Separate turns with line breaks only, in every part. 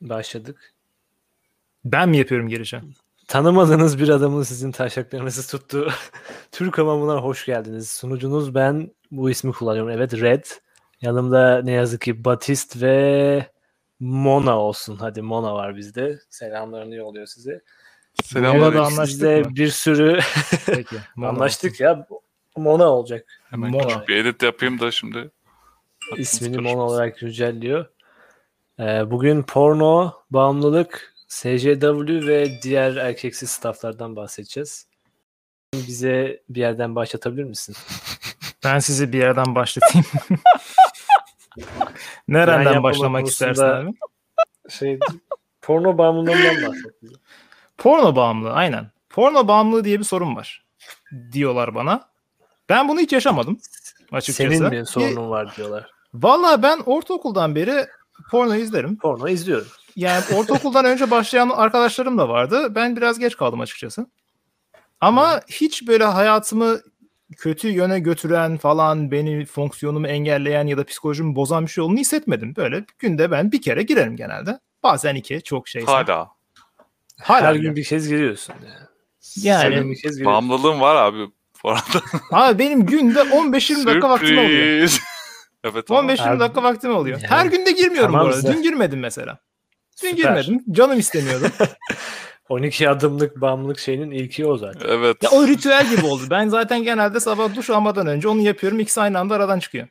Başladık.
Ben mi yapıyorum girişi?
Tanımadığınız bir adamın sizin taşaklarınızı tuttuğu Türk hamamına hoş geldiniz. Sunucunuz ben bu ismi kullanıyorum. Evet Red. Yanımda ne yazık ki Batist ve Mona olsun. Hadi Mona var bizde. Selamlarını yolluyor size.
Mona da
Biz
anla-
Selamlar.
anlaştık
de
mı?
bir sürü
Peki. şey Mona
anlaştık ya. Mona olacak.
Hemen
Mona.
küçük-
Bir edit yapayım da şimdi.
İsmini
Aklımız
Mona olarak güncelliyor. Ee, bugün porno, bağımlılık, SJW ve diğer erkeksiz stafflardan bahsedeceğiz. Bize bir yerden başlatabilir misin?
Ben sizi bir yerden başlatayım.
Ben
Nereden
yapmamak
başlamak
konusunda-
istersin abi?
Şey, porno bağımlılığından bahset. bize.
Porno bağımlılığı aynen. Porno bağımlılığı diye bir sorun var. Diyorlar bana. Ben bunu hiç yaşamadım açıkçası.
Senin mi
Bir-
sorunun var diyorlar.
Valla ben ortaokuldan beri porno izlerim.
Porno izliyorum.
Yani ortaokuldan önce başlayan arkadaşlarım da vardı. Ben biraz geç kaldım açıkçası. Ama hiç böyle hayatımı kötü yöne götüren falan, beni fonksiyonumu engelleyen ya da psikolojimi bozan bir şey olduğunu hissetmedim. Böyle günde ben bir kere girerim genelde. Bazen iki, çok şey.
Hala.
Hala
Her
bile.
gün bir kez giriyorsun. Yani.
Yani-
Her gün bir kez giriyorsun.
Bağımlılığım var abi. Bu arada
Abi benim günde 15-20 dakika vaktim oluyor.
sürpriz. evet ama
15-20 dakika vaktim oluyor.
Yani-
Her günde girmiyorum
Tamam
bu arada.
size.
Dün girmedim mesela. Dün
Süper.
girmedim. Canım istemiyordu.
12 adımlık bağımlılık şeyinin ilki o zaten.
Evet.
Ya o ritüel gibi oldu. Ben zaten genelde sabah duş almadan önce onu yapıyorum. İkisi aynı anda aradan çıkıyor.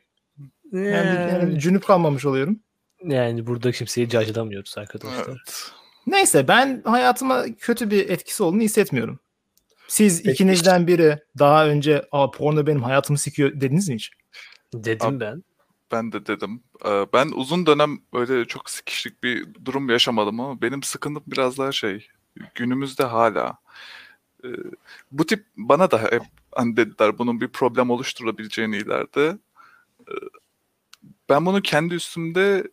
Yani,
Ee,
yani cünüp kalmamış oluyorum.
Yani burada kimseyi cacılamıyoruz arkadaşlar.
Evet.
Neyse ben hayatıma kötü bir etkisi olduğunu hissetmiyorum. Siz
Peki.
ikinizden biri daha önce Aa, porno benim hayatımı sikiyor dediniz mi hiç?
Dedim
Ab-
ben.
Ben de dedim. Ee, Ben uzun dönem öyle çok sıkışık bir durum yaşamadım ama benim sıkıntım biraz daha şey. Günümüzde hala. Ee, Bu tip bana da hep hani dediler bunun bir problem oluşturabileceğini ileride. Ee, Ben bunu kendi üstümde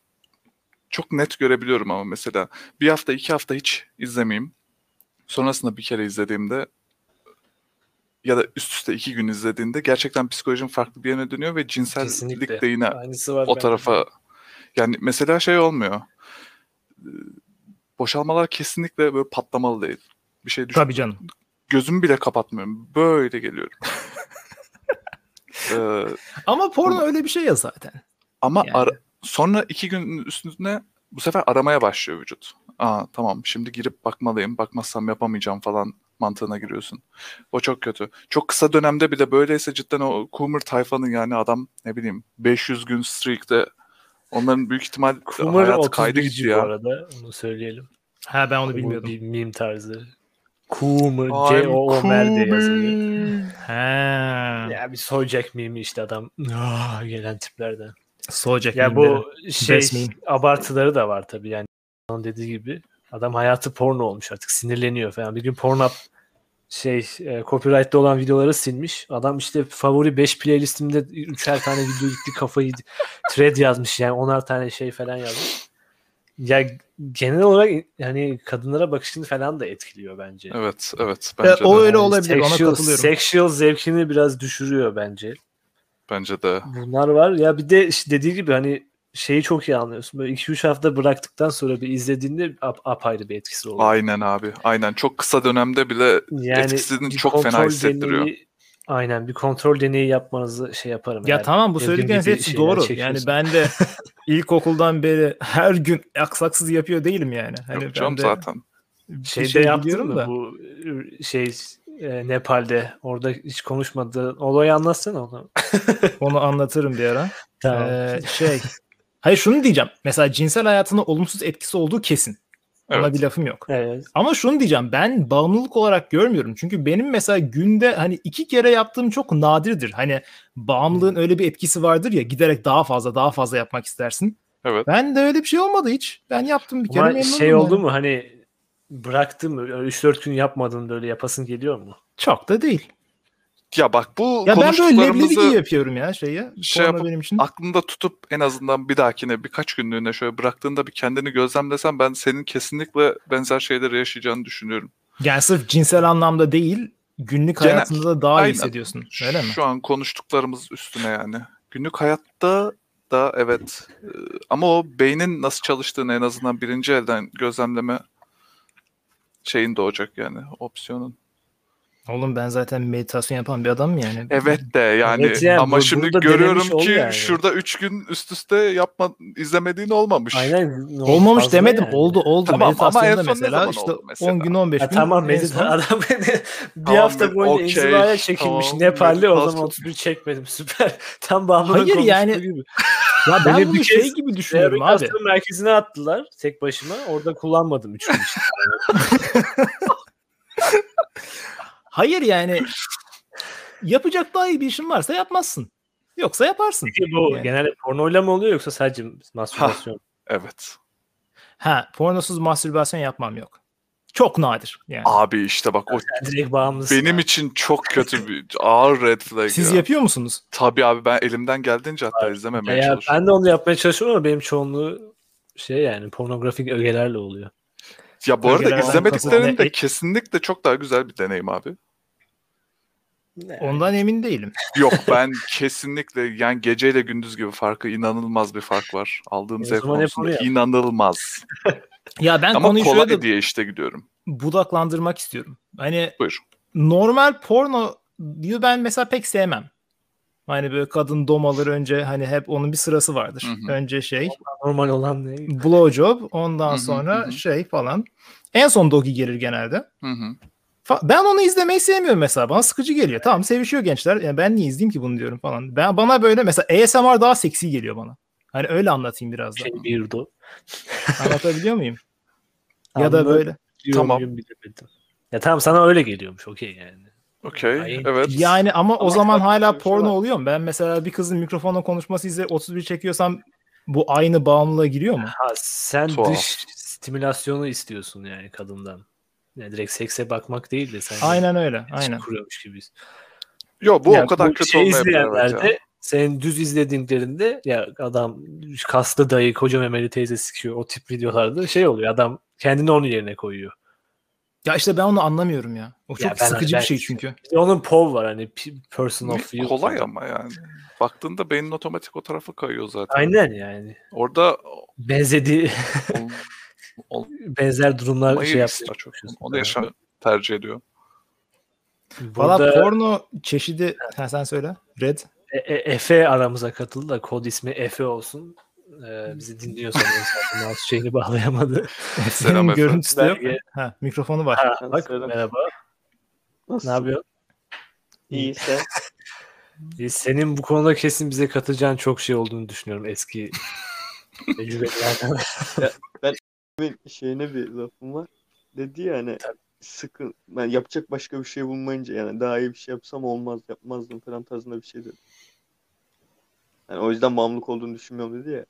çok net görebiliyorum ama mesela bir hafta iki hafta hiç izlemeyeyim. Sonrasında bir kere izlediğimde ya da üst üste iki gün izlediğinde gerçekten psikolojim farklı bir yere dönüyor ve cinsellik
Kesinlikle.
de yine
Aynısı var.
o
bende.
tarafa yani mesela şey olmuyor. Ee, Boşalmalar kesinlikle böyle patlamalı değil. Bir şey düşün.
Tabii canım.
Gözümü bile kapatmıyorum. Böyle geliyorum. Ee,
Ama porno öyle bir şey ya zaten.
ama
Yani.
ara- sonra iki gün üstüne bu sefer aramaya başlıyor vücut. Aa tamam şimdi girip bakmalıyım. Bakmazsam yapamayacağım falan mantığına giriyorsun. O çok kötü. Çok kısa dönemde bile böyleyse cidden o Kumar tayfanın yani adam ne bileyim 500 gün streak'te onların büyük ihtimal
Kumar
hayat kaydı
31'ci
gitti
bu
ya.
arada. Onu söyleyelim.
Ha ben onu
Bu
bilmiyordum.
bir meme tarzı. Kumar. C-O-O-M-R diye yazılıyor.
Ha.
Ya bir soyacak meme işte adam. Ah, gelen tiplerden.
Soğuyacak
Ya
mimleri.
bu şey
Best meme.
abartıları da var tabii yani. Onun dediği gibi adam hayatı porno olmuş artık sinirleniyor falan. Bir gün Pornhub şey e, copyright'li olan videoları silmiş. Adam işte favori 5 playlistimde üçer tane video gitti kafayı thread yazmış yani onar tane şey falan yazmış. Ya genel olarak yani kadınlara bakışını falan da etkiliyor bence.
Evet, evet.
E,
Bence de.
o öyle olabilir. Ona
Sexual,
katılıyorum.
sexual zevkini biraz düşürüyor bence.
Bence de.
Bunlar var. Ya bir de işte dediği gibi hani şeyi çok iyi anlıyorsun. Böyle 2-3 hafta bıraktıktan sonra bir izlediğinde ap- apayrı bir etkisi oluyor.
Aynen abi. Aynen. Çok kısa dönemde bile
Yani
etkisini
bir
çok fena
kontrol
hissettiriyor.
deneyi- aynen bir kontrol deneyi yapmanızı şey yaparım.
Ya
yani.
tamam bu
Dediğim
söyledikleriniz
gibi
hepsi
şeyler
doğru. Yani
çekiyorsun.
ben de ilkokuldan beri her gün aksaksız yapıyor değilim yani. Hani
Yok canım
ben de
zaten.
bir
Şeyde
şey
yaptın
biliyorum
mı
da.
bu e, şey e, Nepal'de orada hiç konuşmadığın olayı anlatsana onu.
Ee, Onu anlatırım bir ara.
Tamam.
Ee, şey. Hayır şunu diyeceğim. Mesela cinsel hayatına olumsuz etkisi olduğu kesin. Ona
Evet.
bir lafım yok.
evet.
Ama şunu diyeceğim. Ben bağımlılık olarak görmüyorum. Çünkü benim mesela günde hani iki kere yaptığım çok nadirdir. Hani bağımlılığın
Hmm.
öyle bir etkisi vardır ya giderek daha fazla daha fazla yapmak istersin.
Evet.
Ben de öyle bir şey olmadı hiç. Ben yaptım bir kere.
Ama
memnunum
şey
yani.
oldu mu hani bıraktın mı? 3-4 gün yapmadın böyle yapasın geliyor mu?
Çok da değil.
Ya bak bu
Ya ben böyle leblebi gibi
konuştuklarımızı
yapıyorum ya şeyi.
Şey
Porno
yapıp-
benim için.
aklında tutup en azından bir dahakine birkaç günlüğüne şöyle bıraktığında bir kendini gözlemlesen ben senin kesinlikle benzer şeyleri yaşayacağını düşünüyorum.
Yani sırf cinsel anlamda değil günlük
Genel-
hayatında da daha iyi
Aynen.
hissediyorsun. Öyle mi?
Şu an konuştuklarımız üstüne yani. Günlük hayatta da evet. Ee, Ama o beynin nasıl çalıştığını en azından birinci elden gözlemleme şeyin doğacak yani opsiyonun.
Oğlum ben zaten meditasyon yapan bir adam yani.
Evet de yani
Evet yani
ama
bu-
şimdi
burada
görüyorum
denemiş ol
ki
yani.
şurada 3 gün üst üste yapma izlemediğin olmamış.
Aynen.
Olmamış
fazla
demedim.
yani.
Oldu oldu.
Tamam, ama
Meditasyonda
en son ne
mesela
zaman
işte
oldu mesela?
10 gün 15 gün.
Ya tamam
en
Medit
son-
adam beni bir
Tamam,
hafta boyunca
okey,
inzivaya çekilmiş.
tamam,
Nepalli o
meditasyon.
zaman 31 çekmedim. Süper. Tam bağımlının
Hayır
konuştuğu
yani-
gibi.
Ya ben
Beni
bunu
bir
şey
kez
gibi düşünüyorum abi.
Rehabilitasyon merkezine attılar tek başıma. Orada kullanmadım 3 gün işte.
Hayır yani yapacak daha iyi bir işin varsa yapmazsın. Yoksa yaparsın.
Peki bu
Yani.
genelde pornoyla mı oluyor yoksa sadece mastürbasyon?
Evet.
Ha pornosuz mastürbasyon yapmam yok. Çok nadir yani.
Abi işte bak o
Yani direkt bağımlısın.
benim
abi.
için çok kötü bir ağır red flag.
Siz
ya.
yapıyor musunuz?
Tabii abi ben elimden geldiğince hatta
Ya,
izlememeye
ya
çalışıyorum.
ben de onu yapmaya çalışıyorum ama benim çoğunluğu şey yani pornografik ögelerle oluyor.
Ya bu arada
Ögeler
izlemediklerini
bankasına-
de kesinlikle çok daha güzel bir deneyim abi.
Ondan emin değilim.
Yok ben kesinlikle yani geceyle gündüz gibi farkı inanılmaz bir fark var. Aldığım
O
zevk
zaman hep
konusunda
onu yap.
inanılmaz.
Ya ben
Ama
konuyu
kolay
şöyle de
diye işte gidiyorum.
budaklandırmak istiyorum. Hani
Buyur.
normal porno diyor ben mesela pek sevmem. Hani böyle kadın domalır önce hani hep onun bir sırası vardır.
Hı hı.
Önce şey
Normal olan ne?
blowjob ondan
Hı hı,
sonra
hı hı.
şey falan. En son dogi gelir genelde.
Hı hı.
Fa- Ben onu izlemeyi sevmiyorum mesela. Bana sıkıcı geliyor. Tamam sevişiyor gençler. Yani ben niye izleyeyim ki bunu diyorum falan. Ben bana böyle mesela ASMR daha seksi geliyor bana. Hani öyle anlatayım biraz da.
Şey birdo.
Anlatabiliyor muyum? ya da
Anlı-
böyle.
Diyor
Tamam.
muyum bilemedim. Ya tamam sana öyle geliyormuş okey yani.
Okey.
Ay,
Evet.
Yani ama o
Ama
zaman
çok
hala
bir şey
porno
var.
oluyor mu? Ben mesela bir kızın mikrofonla konuşması izle 31 çekiyorsam bu aynı bağımlılığa giriyor mu?
Ha sen
Tuhaf.
dış stimülasyonu istiyorsun yani kadından. Yani direkt sekse bakmak değil de sen
Aynen öyle.
iletişim
Aynen.
kuruyormuş gibiyiz.
Yo bu
Yani
o kadar
bu
kötü
şey
olmayabilir. evet
izleyenlerde
ya.
sen düz izlediklerinde ya adam kaslı dayı koca memeli teyze sikiyor o tip videolarda şey oluyor adam kendini onun yerine koyuyor.
Ya işte ben onu anlamıyorum ya. O çok
Ya ben-
sıkıcı
ben-
bir şey çünkü.
Bir de onun pov var hani p- person of view.
Kolay ama yani. Baktığında beynin otomatik o tarafa kayıyor zaten.
Aynen yani.
Orada
Benzediği
ol-
benzer durumlar
olmayı
şey
istiyor
yapıyor.
çok. Onu yaşam tercih ediyor.
Valla
Burada-
porno çeşidi... Ha, sen söyle. Red.
E- E- Efe aramıza katıldı da kod ismi Efe olsun. Ee, bizi dinliyorsa mesela mouse şeyini bağlayamadı.
Selam
Benim
efendim.
görüntüsü de yok.
Belge.
Ha, mikrofonu var.
Ha,
Ben
bak
söyledim.
merhaba. Ne
Nasılsın?
yapıyorsun?
İyi işte.
Ee, Senin bu konuda kesin bize katacağın çok şey olduğunu düşünüyorum eski tecrübelerden.
Bir şeyine bir lafım var. Dedi ya hani sıkın ben yapacak başka bir şey bulmayınca yani daha iyi bir şey yapsam olmaz yapmazdım falan tarzında bir şey dedi. Yani o yüzden mamluk olduğunu düşünmüyorum dedi ya.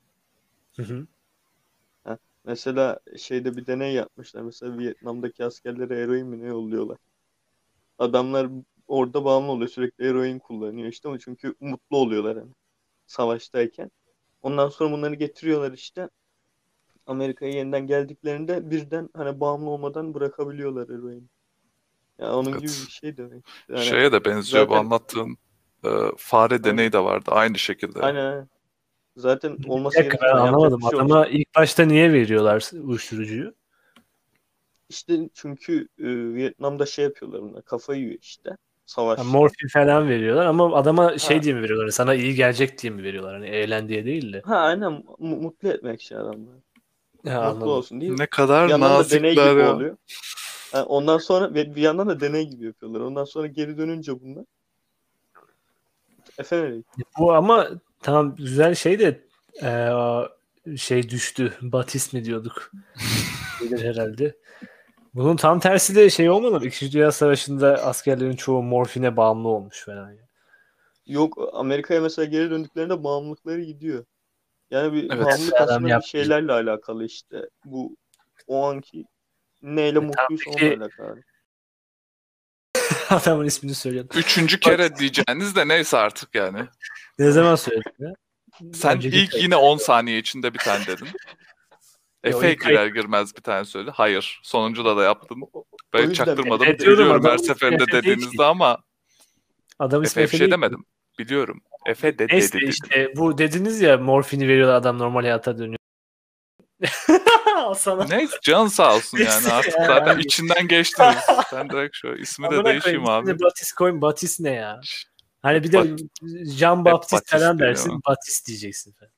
Hı hı.
Mesela şeyde bir deney yapmışlar. Mesela Vietnam'daki askerlere eroin mi ne yolluyorlar. Adamlar orada bağımlı oluyor. Sürekli eroin kullanıyor işte ama çünkü mutlu oluyorlar hani savaştayken. Ondan sonra bunları getiriyorlar işte. Amerika'ya yeniden geldiklerinde birden hani bağımlı olmadan bırakabiliyorlar eroini. Ya onun
Evet.
gibi bir şey demek. Yani,
Şeye de benziyor bu
zaten-
anlattığın e, fare deneyi de vardı aynı şekilde.
Aynen aynen. Zaten
Bir
olması
dakika
gereken
ben
yapacak
anlamadım.
bir şey yok.
Adama ilk başta niye veriyorlar uyuşturucuyu?
İşte çünkü e, Vietnam'da şey yapıyorlar bunlar. Kafayı yiyor işte. Savaş.
Yani morfin falan veriyorlar ama adama şey
Ha.
diye mi veriyorlar? Sana iyi gelecek diye mi veriyorlar? Hani eğlen diye değil de.
Ha aynen mu- mutlu etmek şey adamları.
Ha,
Mutlu
anladım.
olsun diye.
Ne kadar
Bir yandan da deney gibi
nazikler ya.
oluyor. Ha, ondan sonra ve bir yandan da deney gibi yapıyorlar. Ondan sonra geri dönünce bunlar. Efendim
Bu ama tam güzel şey de eee, şey düştü. Batist mi diyorduk? Nedir herhalde. Bunun tam tersi de şey olmadı mı? İkinci Dünya Savaşı'nda askerlerin çoğu morfine bağımlı olmuş falan. ya.
yok Amerika'ya mesela geri döndüklerinde bağımlılıkları gidiyor. Yani bir
Evet.
bağımlılık
Adam
aslında bir
yapmış.
şeylerle alakalı işte. Bu o anki neyle
E,
mutluysa
peki-
onunla alakalı.
Adamın ismini söylüyordum.
Üçüncü kere diyeceğiniz de neyse artık yani.
Ne zaman söyledin ya?
Sen
Önceki
ilk
kayıt-
yine 10 saniye içinde bir tane dedin. Efe
ilk
girer girmez bir tane söyle. Hayır. Sonuncuda da yaptın.
O
Ben
yüzden-
çaktırmadım.
Evet, diyorum
Biliyorum her
adam-
seferinde
Efe değil ki.
dediğinizde ama
Adam ismi
Efe'ye bir
Efe
şey
değil ki.
demedim. Biliyorum. Efe de dedi.
Neyse
dedi.
işte bu dediniz ya morfini veriyorlar adam normal hayata dönüyor. Al sana.
Neyse can sağ olsun yani
Neyse
artık
ya,
zaten
yani.
içinden geçtiniz. Ben direkt şu ismi de
Amına
değişeyim
koyayım,
abi.
ismini Batis koyun Batis ne ya? Hani bir de
Bat-
Jean Baptiste
Batis
falan
diyor
dersin
ama.
Batis diyeceksin. falan.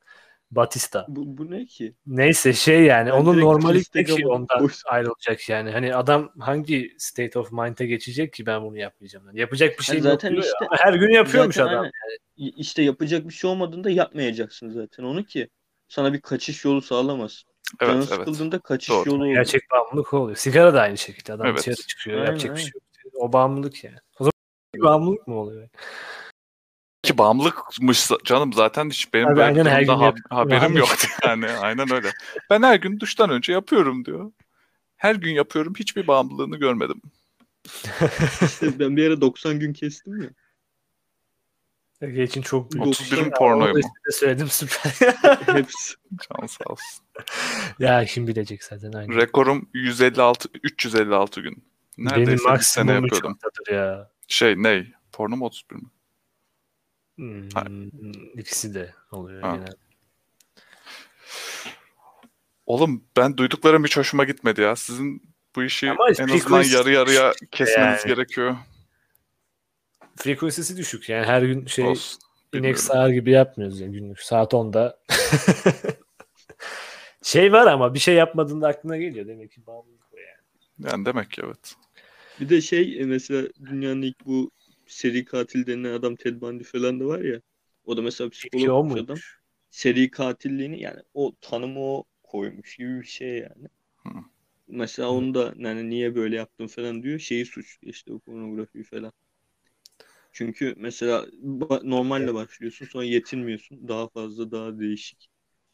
Batista.
Bu, bu ne ki?
Neyse şey yani
Ben
onun
direkt
normali tek
Instagram'a
şey ondan
boş-
ayrılacak yani. Hani adam hangi state of mind'e geçecek ki ben bunu yapmayacağım. Yani yapacak bir şey
Yani
yok
zaten
diyor ya.
işte-
Ama Her gün yapıyormuş
Zaten
adam.
aynen. Y- İşte yapacak bir şey olmadığında yapmayacaksın zaten onu ki. Sana bir kaçış yolu sağlamaz. Canın
Evet evet.
sıkıldığında kaçış
Doğru.
yolu olur.
Gerçek bağımlılık oluyor. Sigara da aynı şekilde. Adam
Evet.
dışarı çıkıyor.
Aynen,
yapacak bir
aynen.
şey yok. O bağımlılık yani. O zaman bağımlılık mı oluyor?
Ki bağımlılıkmış canım zaten hiç benim
Abi
böyle
aynen
bir
her
durumda
gün
ha-
yapıyorum
haberim
abi.
yoktu yani aynen öyle. Ben her gün duştan önce yapıyorum diyor. Her gün yapıyorum hiçbir bağımlılığını görmedim.
İşte ben bir ara 90 gün kestim ya.
Ege için çok büyük.
31'in
şey Ya,
pornoyu
onu da
mu?
size Söyledim süper.
Hepsi.
Can sağ olsun.
ya kim bilecek zaten aynı.
Rekorum 156 356 gün. Neredeyse
Benim
bir sene
maksimum 3
yapıyordum.
haftadır ya.
Şey ney? Porno mu 31 mi?
Hmm,
Ha.
ikisi de oluyor
Ha.
genelde.
Oğlum ben duyduklarım hiç hoşuma gitmedi ya. Sizin bu işi
Ama
en azından
frequency
yarı yarıya kesmeniz
yani.
gerekiyor.
Frekansisi düşük yani her gün şey
Olsun.
inek
bilmiyorum.
sağar gibi yapmıyoruz yani günlük saat 10'da. şey var ama bir şey yapmadığında aklına geliyor demek ki bağımlılık o yani.
Yani demek ki evet.
Bir de şey e, mesela dünyanın ilk bu seri katil denilen adam Ted Bundy falan da var ya. O da mesela
İlki o
psikologmuş adam.
muymuş?
Seri katilliğini yani o tanımı o koymuş gibi bir şey yani.
Hı.
Mesela onu da yani niye böyle yaptın falan diyor. Şeyi suç işte o pornografiyi falan. Çünkü mesela ba- normalle başlıyorsun sonra yetinmiyorsun. Daha fazla daha değişik.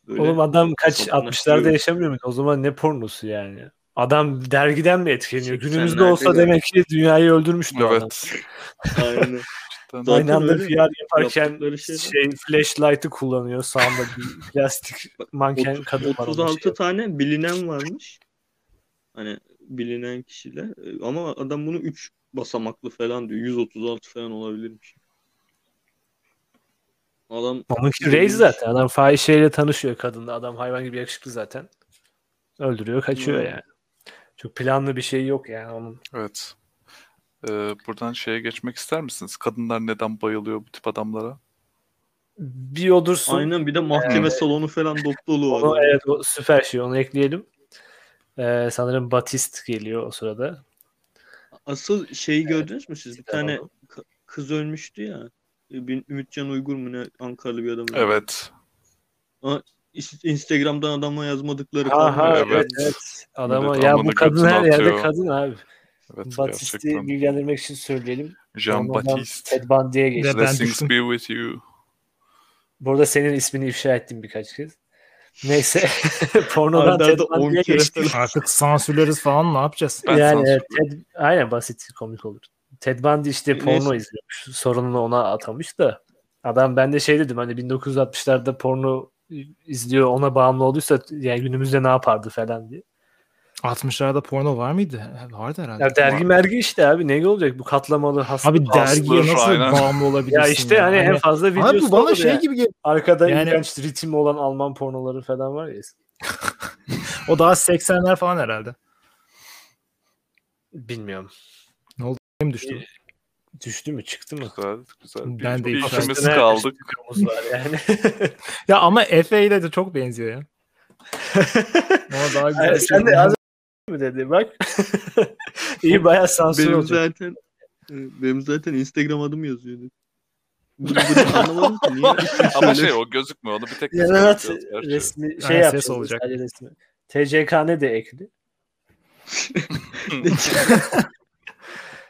Böyle
Oğlum adam kaç
sapınlaştırıyor.
60'larda yaşamıyor mu? O zaman ne pornosu yani? Adam dergiden mi etkileniyor?
Şey,
Günümüzde
80'lerde
olsa
galiba.
demek ki dünyayı öldürmüş bu adam.
Evet.
Aynen.
Cidden.
Zaten
Aynı anda
öyle.
VR yaparken
Yaptıkları şey de-
şey flashlight'ı kullanıyor. Sağında bir plastik manken
Otuz-
kadın var. onun
36
şey.
tane bilinen varmış. Hani bilinen kişiler. E, Ama adam bunu 3 basamaklı falan diyor. 136 falan olabilirmiş. Adam
Onunki Rage zaten. Adam fahişeyle tanışıyor kadınla. Adam hayvan gibi yakışıklı zaten. Öldürüyor, kaçıyor
Hmm.
yani. Çok planlı bir şey yok yani onun.
Evet. Ee, buradan şeye geçmek ister misiniz? Kadınlar neden bayılıyor bu tip adamlara?
Bir odursun.
aynen bir de mahkeme
Ee,
salonu falan dop dolu o
Onu,
adam.
evet o süper şey. Onu ekleyelim. Ee, sanırım Batist geliyor o sırada.
Asıl şeyi gördünüz mü siz? Bir
Tamam.
tane k- kız ölmüştü ya. E, bir- Ümitcan Uygur mu ne Ankaralı bir adam.
Evet.
İs- Instagram'dan adama yazmadıkları
Aha
kalmıyor.
evet evet.
evet.
Adama
Millet
ya
amını
bu kadın
götüne
her yerde
atıyor.
kadın abi.
Evet
Batist'i
gerçekten.
bilgilendirmek için söyleyelim.
Jean
Ondan
Baptiste.
Ted Bundy'ye geçti.
Ben
Blessings
düştüm.
be with you.
Bu arada senin ismini ifşa ettim birkaç kez. Neyse. Pornodan
Arda
Ted
arda 10
Bundy'ye
kere
geçtik.
falan.
Artık sansürleriz falan ne yapacağız?
Ben
yani
sansür-
evet, Ted, aynen basit komik olur. Ted Bundy işte
Neyse.
porno izliyormuş. Sorununu ona atamış da. Adam ben de şey dedim hani 1960'larda porno izliyor ona bağımlı olduysa yani günümüzde ne yapardı falan diye.
60'larda porno var mıydı? Vardı herhalde.
Ya dergi mergi işte abi ne olacak bu katlamalı hasta.
Abi dergiye
Aslı,
nasıl
aynen.
bağımlı olabilirsin?
ya işte hani en fazla videosu
Abi bu bana
olur
şey
yani.
gibi geliyor.
Arkada
Yani-
iğrenç ritmi olan Alman pornoları falan var ya.
O daha 80'ler falan herhalde.
Bilmiyorum.
Benim düştü.
Düştü mü çıktı mı?
Güzel, güzel. Bir,
Ben de
bir
ifşa
ikimiz
ettim.
kaldık.
Kırmızı var yani.
Ya ama Efe ile de çok benziyor ya. Ama daha güzel.
Ay, sen de az mı dedi bak. İyi bayağı sansür
Benim
olacak.
zaten e, benim zaten Instagram adım yazıyordu. Bunu, bunu anlamadım ki niye isim
Ama şey
söyle-
o gözükmüyor. Onu bir tek biz
Yanat
göreceğiz gerçi.
resmi şey
Aynen, ses
yapacağız.
olacak.
Sadece resmi. TCKN de ekli.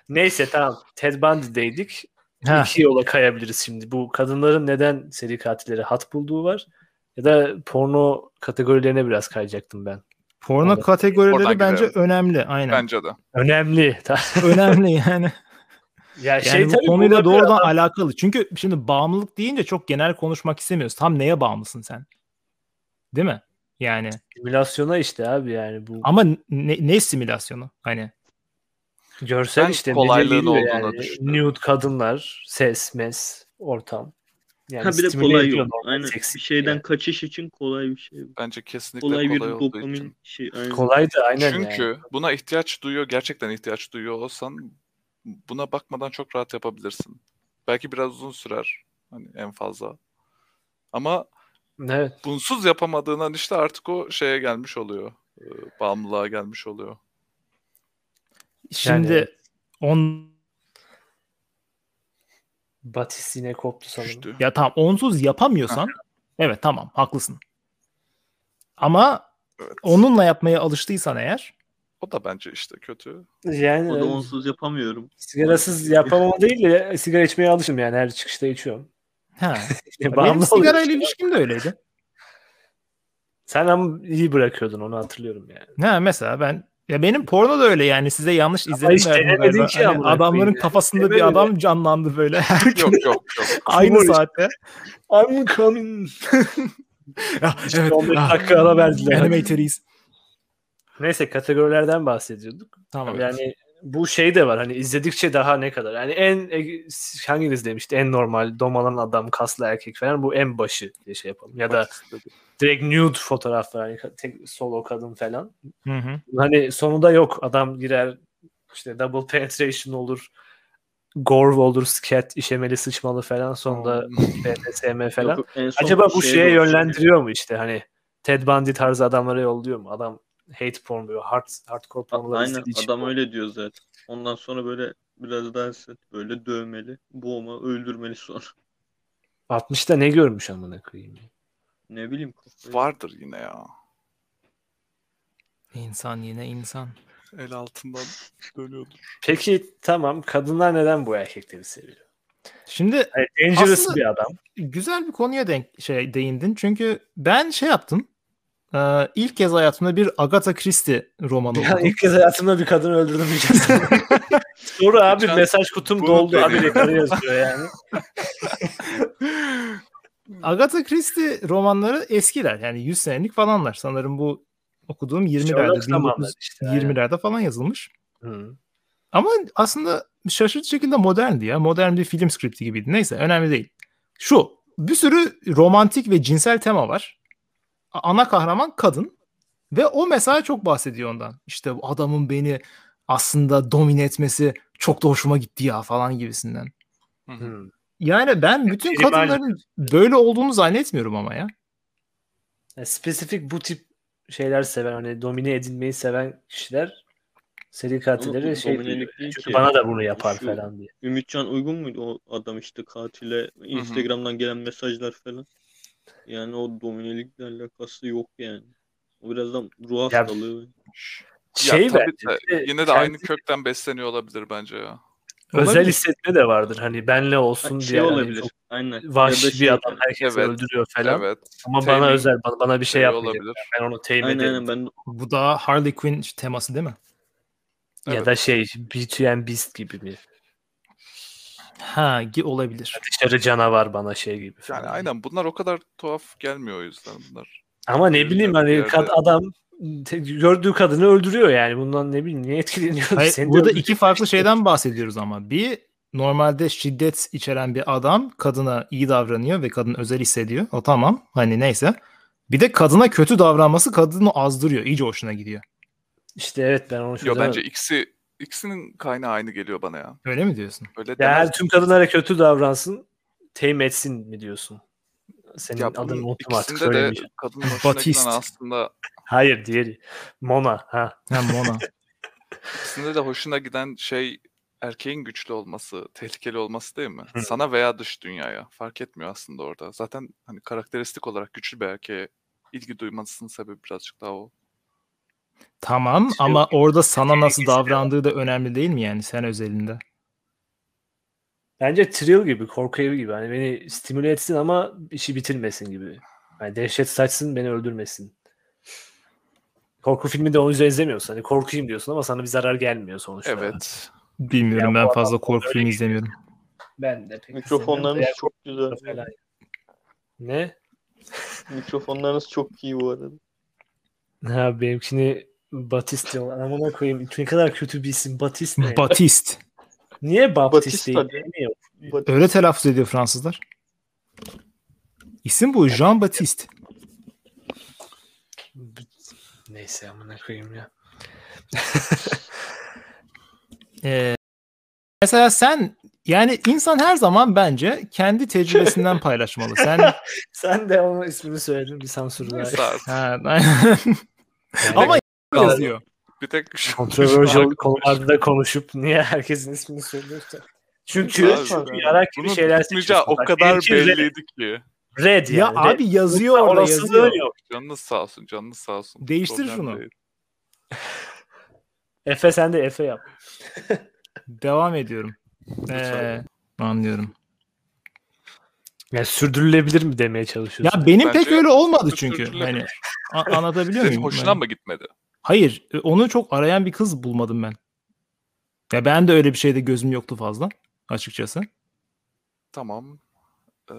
Neyse tamam. Ted Bundy'deydik.
Ha,
İki yola kayabiliriz şimdi. Bu kadınların neden seri katilleri hat bulduğu var. Ya da porno kategorilerine biraz kayacaktım ben.
porno
Oradan-
kategorileri
oradan
bence
gidelim.
önemli. Aynen.
Bence de.
Önemli. Ta-
önemli yani.
ya şey
Yani bu
tabii
konuyla
bunlar
doğrudan
biraz-
alakalı. Çünkü şimdi bağımlılık deyince çok genel konuşmak istemiyoruz. Tam neye bağımlısın sen? Değil mi? Yani
simülasyona işte abi yani bu
ama ne, ne simülasyonu? Hani
görsel
Ben
işte
kolaylığın
medyaya geliyor
olduğuna
yani.
düşünüyorum.
Nude kadınlar, ses, mes, ortam. Yani
ha bir de
stimüle
kolay
ediyor
yok.
normal
Aynen.
seksi.
Bir şeyden
yani.
kaçış için kolay bir şey. Kolay,
Bence kesinlikle kolay,
bir
olduğu
dopamin
için.
şey. Aynen.
Kolay da aynen
Çünkü
yani.
buna ihtiyaç duyuyor, gerçekten ihtiyaç duyuyor olsan buna bakmadan çok rahat yapabilirsin. Belki biraz uzun sürer hani en fazla. Ama
Evet.
bunsuz yapamadığın an işte artık o şeye gelmiş oluyor. e, Bağımlılığa gelmiş oluyor.
Şimdi
Yani-
on
Batis yine koptu sanırım.
Düştü.
ya tamam onsuz yapamıyorsan evet tamam haklısın. Ama
Evet.
onunla yapmaya alıştıysan eğer
O da bence işte kötü.
Yani
O da onsuz yapamıyorum.
sigarasız yapamama değil de sigara içmeye alışım yani her çıkışta içiyorum.
he. Benim
Bağımlı
sigara
oluyorum.
ilişkim de öyleydi.
Sen ama iyi bırakıyordun onu hatırlıyorum yani.
Ha mesela ben ya benim porno da öyle yani size yanlış izlenim
hiç şey
verdim
denemedin
galiba.
ki
Hani
amına
adamların
koyayım.
kafasında bir
Denemedin.
adam canlandı böyle her gün
Yok yok yok.
aynı
Humor
saatte.
I'm coming.
Ya, evet.
15
ah,
dakika ara verdiler.
Animatoriz.
Neyse kategorilerden bahsediyorduk.
Tamam.
Yani bu şey de var hani izledikçe daha ne kadar. Yani en e, hanginiz demişti en normal domalan adam kaslı erkek falan bu en başı diye şey yapalım. Ya da direkt nude fotoğraflar hani tek solo kadın falan.
Hı hı.
Hani sonunda yok. Adam girer işte double penetration olur. Gore olur, scat, işemeli, sıçmalı falan. Sonunda
Hmm,
BDSM falan.
Yok, en son şey
Acaba bu
şeye
şeye
doğru
yönlendiriyor mu işte hani Ted Bundy tarzı adamlara yolluyor mu? Adam hate porn diyor. Hard, hardcore
A-
pornları
Aynen
istediği için.
adam öyle diyor zaten. Ondan sonra böyle biraz daha sert böyle dövmeli, boğma, öldürmeli sonra.
60'ta ne görmüş amına koyayım.
Ne bileyim kafayı.
Vardır yine ya.
İnsan yine insan.
El altından dönüyordur.
Peki tamam kadınlar neden bu erkekleri seviyor?
Şimdi
Hani dangerous
Aslında-
bir adam.
güzel bir konuya denk şey değindin. Çünkü ben şey yaptım. Ee, ilk kez hayatımda bir Agatha Christie romanı
Ya
okudum.
ilk kez hayatımda bir kadını öldürdüm. diyeceğim. Soru abi
Geçen
mesaj kutum
bunu
doldu. Abi
denedim.
yukarı yazıyor yani.
Agatha Christie romanları eskiler. Yani 100 senelik falanlar. Sanırım bu okuduğum
Sherlock
20'lerde,
zamanları işte.
20'lerde falan yazılmış.
aynen. Hı.
Ama aslında şaşırtıcı şekilde moderndi ya. Modern bir film skripti gibiydi. Neyse önemli değil. Şu bir sürü romantik ve cinsel tema var. A- Ana kahraman kadın ve o mesela çok bahsediyor ondan. İşte bu adamın beni aslında domine etmesi çok da hoşuma gitti ya falan gibisinden.
Hı.
Yani ben bütün
Primal-
kadınların böyle olduğunu zannetmiyorum ama ya.
Yani E, spesifik bu tip şeyler seven hani domine edilmeyi seven kişiler seri
Ama
katilleri şey
dominelik
duyuyor.
değil
Çünkü
ki.
bana da bunu yapar
Şu-
falan diye.
Ümitcan uygun muydu o adam işte katile Instagram'dan gelen mesajlar falan. Yani o dominelikle alakası yok yani. O birazdan ruh
Ya-
hastalığı.
Şey
ya, tabii
bence
de,
işte
yine de
kendi-
aynı kökten besleniyor olabilir bence ya.
Özel
Olabilir.
hissetme de vardır. Hani benle olsun
Ha,
diye.
şey
hani
olabilir.
çok
Aynen. Ya da
Vahşi
şey-
bir adam herkesi
Evet.
öldürüyor falan.
Evet.
Ama
Taming
bana özel, bana, bana bir şey
Şey
yapmayacak.
olabilir.
Ben onu teyim
Aynen
ederim.
aynen ben
Bu da Harley Quinn teması değil mi?
Ya
Evet.
da şey, Beauty and Beast gibi bir
Ha, gi- olabilir.
dışarı canavar bana şey gibi falan.
Yani aynen bunlar o kadar tuhaf gelmiyor o yüzden bunlar.
Ama ne bileyim hani
Yerde-
kad- adam te- gördüğü kadını öldürüyor yani. Bundan ne bileyim niye etkileniyorsun?
Hayır,
Seni de
burada
öldürecek
iki farklı
işte.
şeyden bahsediyoruz ama. Bir normalde şiddet içeren bir adam kadına iyi davranıyor ve kadın özel hissediyor. O tamam. Hani neyse. Bir de kadına kötü davranması kadını azdırıyor. İyice hoşuna gidiyor.
İşte evet ben onu
Yo
çözemedim.
bence ikisi ikisinin kaynağı aynı geliyor bana ya.
Öyle mi diyorsun?
Öyle
Ya
demez.
her tüm kadınlara kötü davransın, teyim etsin mi diyorsun? Senin
Ya bunun
adını unuttum artık
ikisinde de
söylemeyeceğim.
kadın hoşuna
Batist.
giden aslında
Hayır diğeri. Mona. Ha.
Hem Mona.
ikisinde de hoşuna giden şey erkeğin güçlü olması, tehlikeli olması değil mi?
Hı.
Sana veya dış dünyaya fark etmiyor aslında orada. Zaten hani karakteristik olarak güçlü bir erkeğe ilgi duymasının sebebi birazcık daha o.
tamam
Şey
ama orada sana nasıl
ilgisi yok.
davrandığı da önemli değil mi yani sen özelinde?
Bence thrill gibi, korku evi gibi. Hani beni stimüle etsin ama işi bitirmesin gibi. Hani dehşet saçsın beni öldürmesin. Korku filmi de onu yüzden izlemiyorsun. Hani korkayım diyorsun ama sana bir zarar gelmiyor sonuçta.
Evet.
Bilmiyorum
Ya
ben
bu
fazla
adam
korku
öyle şey
filmi
geliyor.
izlemiyorum.
Ben de pek
Mikrofonlarınız
istemiyorum.
çok güzel.
Eğer falan- Ne?
Mikrofonlarınız çok iyi bu arada.
Ha benimkini Batist diyorlar. Amına koyayım. Ne kadar kötü bir isim. Batist ne?
Batist.
Niye Baptist
Batista
değil? Niye yok?
Bak-
Öyle telaffuz ediyor Fransızlar. İsim bu Jean Baptiste.
Neyse amına koyayım ya.
Ee, mesela sen yani insan her zaman bence kendi tecrübesinden paylaşmalı. Sen
Sen de onun ismini söyledin bir sansür daha.
Neyse abi.
ha, aynen. ama yazıyor.
Bir tek şu-
Controversial konularda da konuşup niye herkesin ismini söylüyorsa. Çünkü,
Abi,
çünkü
ben-
yarak gibi
Bunun
şeyler
tutmayacağı
seçiyorsun.
o
Bak,
kadar
benimki red,
belliydi ki.
red yani.
Ya abi yazıyor orada yazıyor.
olasılığı yok.
Canınız sağ olsun, canınız sağ olsun.
Değiştir
Problem
şunu.
değil.
Efe sen de Efe yap.
Devam ediyorum. Ee, anlıyorum.
Yani sürdürülebilir mi demeye
Ya
çalışıyorsun.
benim
Bence
pek öyle olmadı çünkü. Hani
sürdürülebilir.
a- anlatabiliyor
Senin
muyum?
hoşuna
Hani-
mı gitmedi?
Hayır, e, onu çok arayan bir kız bulmadım ben. Ya ben de öyle bir şeyde gözüm yoktu fazla açıkçası.
Tamam. Ee,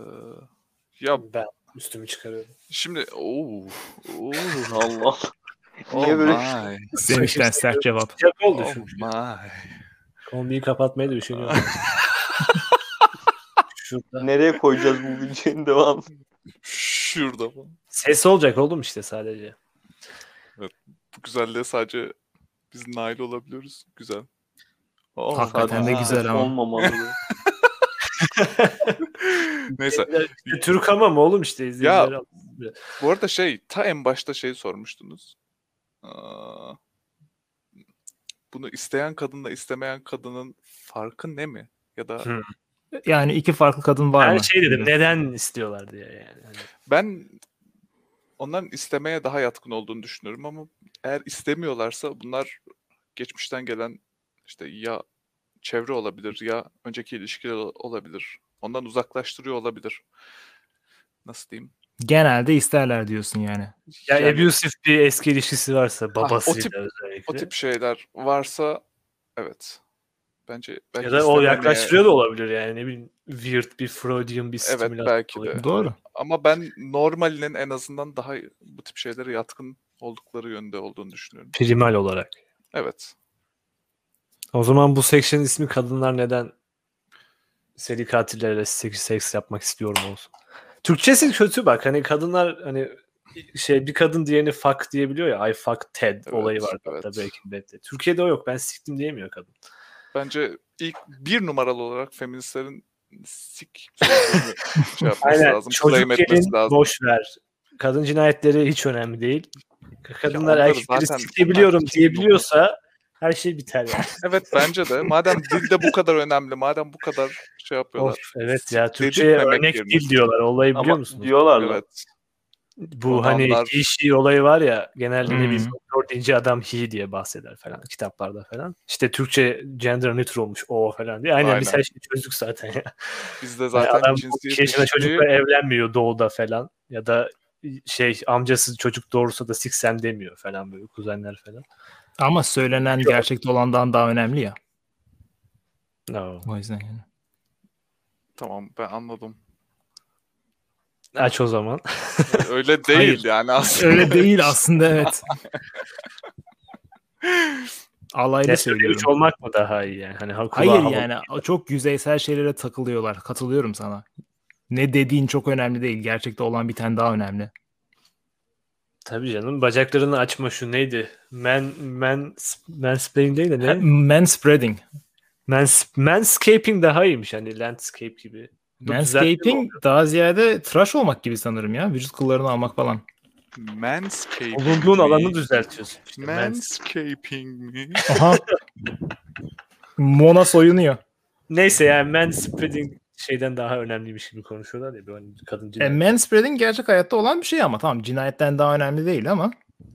ya
ben üstümü çıkarıyorum.
şimdi ooo. Oo.
Allah.
Oh
Niye böyle-
my.
şey
Sevinçten sert cevap.
Sıcak oldu
Oh
şu.
my.
Kombiyi kapatmaya da düşünüyorum. Şurada.
Nereye koyacağız bu videonun devamı?
Şurada mı?
Ses olacak oğlum işte sadece.
Bu güzelliğe sadece biz nail olabiliyoruz. Güzel. Oh,
Hakikaten de
hadi.
güzel ama.
Olmamalı.
Neyse.
İşte Türk ama mı oğlum işte izleyiciler
Ya-
al-
Bu arada şey, ta en başta şey sormuştunuz. Aa, Bunu isteyen kadınla istemeyen kadının farkı ne mi? Ya da
Hı.
Yani iki farklı kadın var
Ben
mı?
şey dedim neden istiyorlar diye yani. Hani
ben onların istemeye daha yatkın olduğunu düşünüyorum ama eğer istemiyorlarsa bunlar geçmişten gelen işte ya çevre olabilir ya önceki ilişkiler ol- olabilir. Ondan uzaklaştırıyor olabilir. Nasıl diyeyim?
Genelde isterler diyorsun yani.
Ya
Yani- Ah,
abusive bir eski ilişkisi varsa babasıyla
tip-
özellikle.
O tip şeyler varsa evet. Bence belki
ya da o
istememeye-
yaklaştırıyor da olabilir yani ne bileyim weird bir Freudian bir
Evet,
stimülasyon.
belki de.
olabilir.
Doğru.
Ama ben normalinin en azından daha bu tip şeylere yatkın oldukları yönde olduğunu düşünüyorum.
Primal olarak.
Evet.
O zaman bu section ismi kadınlar neden seri katillerle seks, seks yapmak istiyorum olsun. Türkçesi kötü bak hani kadınlar hani şey bir kadın diğerini fuck diyebiliyor ya I fuck Ted
Evet,
olayı var
evet.
hatta Breaking Bad'de. Türkiye'de o yok ben siktim diyemiyor kadın.
Bence ilk bir numaralı olarak feministlerin sik sözünü şey yapması
Aynen.
lazım.
Çocuk
claim etmesi
gelin
lazım.
boş ver. Kadın cinayetleri hiç önemli değil. Kadınlar
onları
erkekleri
zaten-
sikebiliyorum
zaten-
diyebiliyorsa her şey biter yani.
Evet bence de. Madem dil de bu kadar önemli, madem bu kadar şey
Of,
yapıyorlar.
evet ya Türkçe'ye
Dedirtmemek
örnek
yerine.
dil diyorlar. Olayı biliyor
Ama
musunuz?
diyorlar lan.
Evet.
Bu hani
Adamlar-
he she olayı var ya genelde
Hmm.
ne biz dördüncü adam he diye bahseder falan kitaplarda falan. İşte Türkçe gender neutral olmuş o falan diye. Aynen, biz
Aynen.
her şeyi çözdük zaten ya.
Bizde
Yani
zaten
adam
cinsiyet
12 yaşında
eşitliği-
çocukla evlenmiyor doğuda falan. Ya da şey amcası çocuk doğursa da siksem demiyor falan böyle kuzenler falan.
Ama söylenen gerçekte olandan daha önemli ya.
No.
O yüzden yani.
Tamam ben anladım.
Aç o zaman.
Öyle değil
Hayır.
yani aslında.
Öyle değil aslında evet. Alaylı
Desperate
söylüyorum.
3 olmak mı daha iyi yani? Hani ha- kulağa
Hayır
havalı.
yani çok yüzeysel şeylere takılıyorlar. Katılıyorum sana. Ne dediğin çok önemli değil. Gerçekte olan biten daha önemli.
Tabii canım bacaklarını açma şu neydi? Men, men, mansplaining değil de ne?
Man spreading.
Mans, manscaping daha iyiymiş hani landscape gibi. şey Bu düzeltme mi
Manscaping daha ziyade tıraş olmak gibi sanırım ya. Vücut kıllarını almak falan.
Manscaping.
Bulunduğun
mi?
alanı düzeltiyorsun. İşte mans-
Manscaping mi?
Aha. Mona soyunuyor. E,
Neyse yani manspreading şeyden daha önemliymiş gibi konuşuyorlar ya. Böyle hani kadın
E,
cinayeti.
manspreading gerçek hayatta olan bir şey ama tamam cinayetten daha önemli değil ama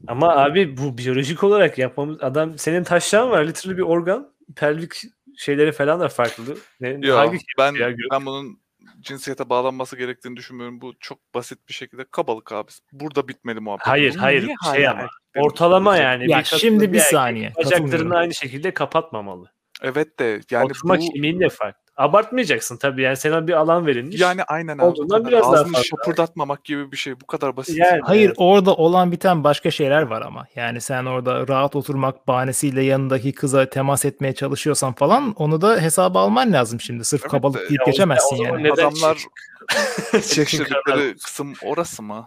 Ama abi bu biyolojik olarak yapmamız adam senin taşların var literally bir organ pelvik şeyleri falan da farklı. Ne,
Yok
hangi
ben,
ya, gö-
ben bunun cinsiyete bağlanması gerektiğini düşünmüyorum. Bu çok basit bir şekilde kabalık abi. Burada bitmeli muhabbet.
Hayır,
Bunu
hayır.
niye
Şey
hala
ama, Şey-
erkeklerin
ortalama
yapıyoruz?
yani.
ya
kadın
şimdi bir
erkek
saniye
Bacaklarını
katılmıyorum.
aynı şekilde kapatmamalı.
Evet de yani
Oturma
bu
kemiğin de farklı. Abartmayacaksın tabii yani sana bir alan verilmiş.
yani aynen abi. bu
Olduğundan
kadar
biraz daha
Ağzını
fazla.
şapırdatmamak gibi bir şey. Bu kadar basit.
Yani-
Hayır
Evet.
orada olan biten başka şeyler var ama yani sen orada rahat oturmak bahanesiyle yanındaki kıza temas etmeye çalışıyorsan falan onu da hesaba alman lazım şimdi sırf
Evet
kabalık
de-
deyip
Ya o-
geçemezsin
o zaman
yani.
neden
Adamlar
çirkin?
Şey, Çekiştirdikleri kısım orası mı?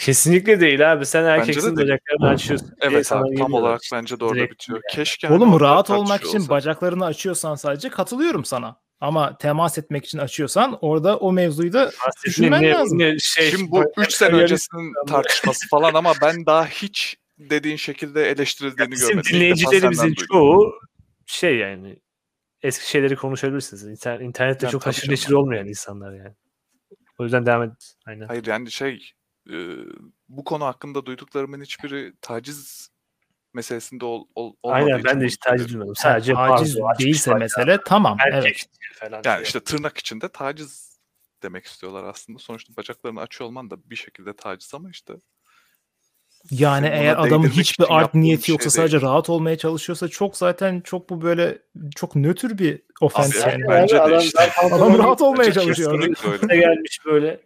Kesinlikle değil abi. Sen erkeksin
değil.
bacaklarını açıyorsun. diye
Evet
sana
abi tam
geliyorlar.
olarak bence de orada
Direkt
bitiyor. Keşke hani
Oğlum
orada
rahat olmak
tartışıyor
için
olsa.
bacaklarını açıyorsan sadece katılıyorum sana. Ama temas etmek için açıyorsan orada o mevzuyu da
Bahsettiğim
Düşünmen
ne-
lazım.
ne şey,
Şimdi bu 3 sene
kariyer-
öncesinin tartışması falan ama ben daha hiç dediğin şekilde eleştirildiğini
Bizim
görmedim. İlk defa
dinleyicilerimizin
senden duydum.
çoğu şey yani eski şeyleri konuşabilirsiniz. İnter- internette
Yani
çok
tabii
haşır
canım.
neşir olmayan insanlar yani. O yüzden devam et. Aynen.
Hayır yani şey e, bu konu hakkında duyduklarımın hiçbiri taciz meselesinde ol, ol, olmadığı
Aynen
için
ben de hiç
bunu
taciz
söylüyorum.
duymadım. Sadece
aciz
pardon, açık
değilse
saçlar,
mesele tamam.
erkek
Evet.
falan. şey
Yani
diye.
işte tırnak içinde taciz demek istiyorlar aslında. Sonuçta bacaklarını açıyor olman da bir şekilde taciz ama işte
Yani
Senin
eğer
ona
adamın
değdirmek için
hiçbir art
yaptığın bir
niyeti
şey
yoksa
değil.
sadece rahat olmaya çalışıyorsa çok zaten çok bu böyle çok nötr bir ofens
Abi,
yani.
bence de
adam-
işte.
pantolon-
Adam rahat olmaya
Bence
çalışıyor.
kesinlikle öyle.
Üstüne gelmiş böyle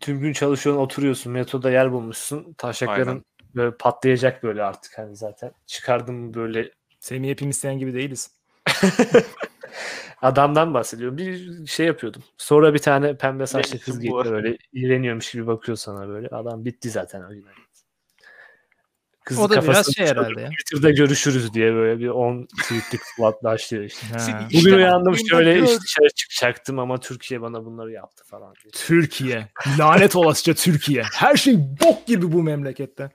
tüm gün çalışıyorsun oturuyorsun metoda yer bulmuşsun taşakların
Aynen.
böyle patlayacak böyle artık hani zaten çıkardım böyle
Semih hepimiz sen gibi değiliz.
adamdan bahsediyorum bir şey yapıyordum sonra bir tane pembe saçlı
Neyse,
kız
bu
geldi
arada.
böyle iğreniyormuş gibi bakıyor sana böyle adam bitti zaten o gün. Kızın
O da biraz
kafasını
şey
düşürdüm,
herhalde ya.
Twitter'da görüşürüz diye böyle bir 10 tweetlik slot başlıyor işte.
Ha.
Bugün
İşte
uyandım
aklımda
şöyle
gör-
işte dışarı çıkacaktım ama Türkiye bana bunları yaptı falan diye.
Türkiye. Lanet olasıca Türkiye. Her şey bok gibi bu memlekette.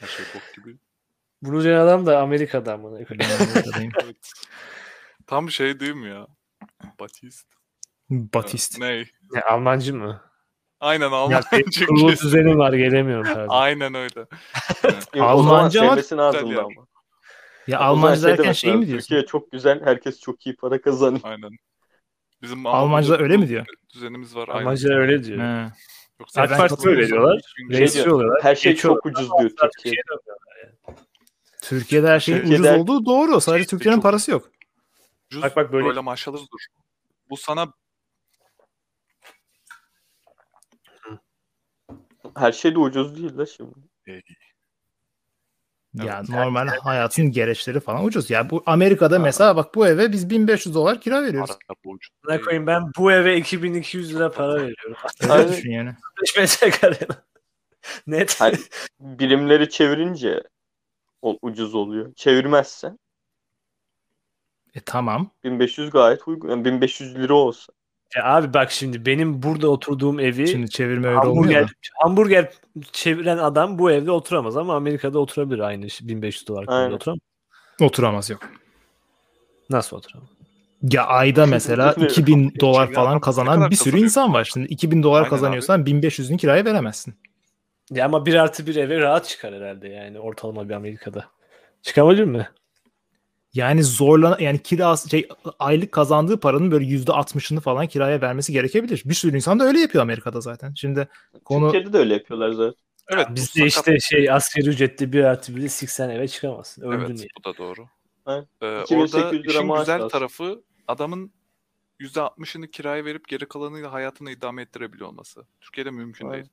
Her şey bok gibi.
Bunu diyen adam da Amerika'da mı?
Tam şey değil mi ya? Batist.
Batist.
Ney?
Ne, Almancı mı?
Aynen
Ya,
Almanca.
benim kurulu
kesin.
düzenim var gelemiyorum. Tabii.
Aynen öyle.
Yok, o zaman
Almanca ama-
sevmesi lazımdı
Tabii.
ama.
Ya
O zaman
Almanca
şey
derken
demek
şey mi
lazım,
diyorsun?
Türkiye çok güzel, herkes çok iyi para kazanıyor.
Aynen. Bizim
Almancılar öyle mi diyor?
Düzenimiz var. aynen.
Almancılar öyle diyor.
He.
Yoksa
AK
ben
Parti
katılıyorum.
öyle diyorlar.
Çünkü
Reis
diyor,
oluyorlar.
Her şey
Geçiyorlar.
çok ucuz diyor
Onlar
Türkiye.
Türkiye'ye dönüyorlar.
Türkiye'de her şeyin
Türkiye'de-
ucuz olduğu doğru. Sadece
Türkiye'de
Türkiye'nin
çok-
parası yok.
ucuz,
Bak bak böyle-
böyle... maaş alırız dur. Bu sana
Her şey de ucuz değil la şimdi.
Ya
Evet.
normal hayatın gereçleri falan ucuz. Ya bu Amerika'da mesela bak bu eve biz 1500 dolar kira veriyoruz.
para borcu.
Buna koyayım ben bu eve 2200 lira para veriyorum.
Öyle
Aynen.
düşün yani.
65 metrekare. Net.
Hayır. Birimleri çevirince o- ucuz oluyor. Çevirmezsen
E tamam.
1500 gayet uygun. Yani 1500 lira olsa.
Ya abi bak şimdi benim burada oturduğum evi
Şimdi çevirme öyle olmuyor da.
hamburger, hamburger çeviren adam bu evde oturamaz ama Amerika'da oturabilir aynı şey, 1500 dolar kadar
Aynen.
oturamaz.
Oturamaz yok.
Nasıl oturamaz?
Ya ayda mesela
şey
2000 dolar falan kazanan bir sürü insan var. Şimdi 2000 dolar
Aynen
kazanıyorsan 1500'ünü kiraya veremezsin.
Ya ama 1 artı 1 eve rahat çıkar herhalde yani ortalama bir Amerika'da. Çıkabilir mi?
Yani zorlan yani kirası şey aylık kazandığı paranın böyle %60'ını falan kiraya vermesi gerekebilir. Bir sürü insan da öyle yapıyor Amerika'da zaten. Şimdi konu
Türkiye'de de öyle yapıyorlar zaten.
Evet. bu
Bizde
sakat-
işte şey asgari ücretli 1 artı 1'i siksen eve çıkamazsın. Öldün
Evet
ya.
bu da doğru.
Ha,
Ee,
2800
orada
lira
işin
maaş
güzel
lazım.
tarafı adamın %60'ını kiraya verip geri kalanıyla hayatını idame ettirebiliyor olması. Türkiye'de mümkün
Aynen.
değil.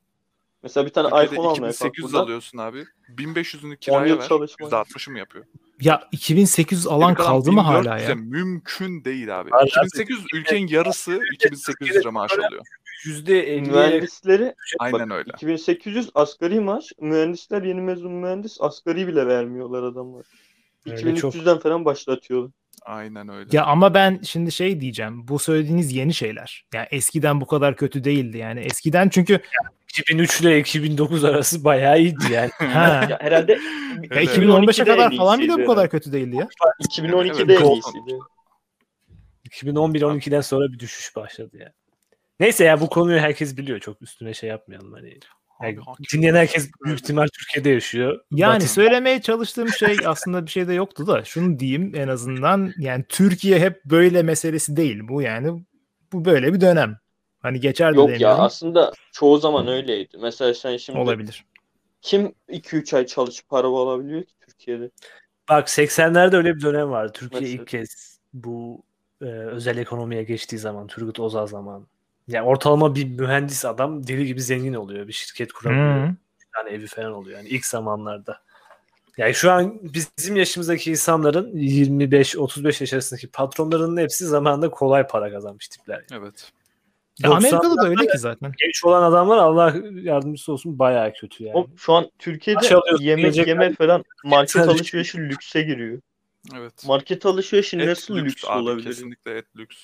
Mesela bir tane
Türkiye'de
iPhone almaya kalk
2800
buradan.
alıyorsun abi. 1500'ünü
yıl
kiraya ver.
çalışma.
%60'ı mı yapıyor?
ya 2800 alan
Geri kalan
kaldı mı
1400'e
hala ya?
Mümkün değil abi.
Hayır abi.
2800 ülkenin yarısı 2800 lira maaş alıyor.
%50'ye
Mühendisleri
Aynen öyle.
2800 asgari maaş. Mühendisler yeni mezun mühendis asgari bile vermiyorlar adamlar.
Öyle çok.
2300'den falan başlatıyorlar.
Aynen öyle.
Ya ama ben şimdi şey diyeceğim. Bu söylediğiniz yeni şeyler. Yani eskiden bu kadar kötü değildi yani. Eskiden çünkü
2003 ile 2009 arası bayağı iyiydi yani.
ha,
Ya herhalde
ya
Öyle.
2015'e
2012'de
kadar
en
falan bile bu
iyisiydi
kadar
herhalde.
kötü değildi ya.
2012'de en
Evet.
iyisiydi.
2011-12'den sonra bir düşüş başladı ya. Neyse ya bu konuyu herkes biliyor. Çok üstüne şey yapmayalım. Hani.
Abi,
Yani
hakim-
dinleyen herkes büyük ihtimal Türkiye'de yaşıyor.
Yani
Batı-
söylemeye çalıştığım şey aslında bir şey de yoktu da şunu diyeyim en azından yani Türkiye hep böyle meselesi değil bu yani bu böyle bir dönem. Hani geçer de
Yok ya
demiyorum.
aslında çoğu zaman öyleydi. Mesela sen şimdi
olabilir.
kim 2-3 ay çalışıp araba alabiliyor ki Türkiye'de?
Bak 80'lerde öyle bir dönem vardı. Türkiye
Mesela.
ilk kez bu e, özel ekonomiye geçtiği zaman Turgut Özal zaman. Yani ortalama bir mühendis adam deli gibi zengin oluyor. Bir şirket kurabiliyor.
Hı.
Bir tane evi falan oluyor. Yani ilk zamanlarda. Yani şu an bizim yaşımızdaki insanların 25-35 yaş arasındaki patronlarının hepsi zamanında kolay para kazanmış tipler.
Evet.
90
Ya Amerika'da da öyle ki zaten.
Genç olan adamlar Allah yardımcısı olsun bayağı kötü yani.
Oğlum şu an Türkiye'de
Aç alıyorsun,
yemek
yiyecek
yeme falan market
Sen-
alışverişi lükse giriyor.
Evet.
Market alışverişi
Et
nasıl lüks,
abi,
olabilir?
Kesinlikle et lüks.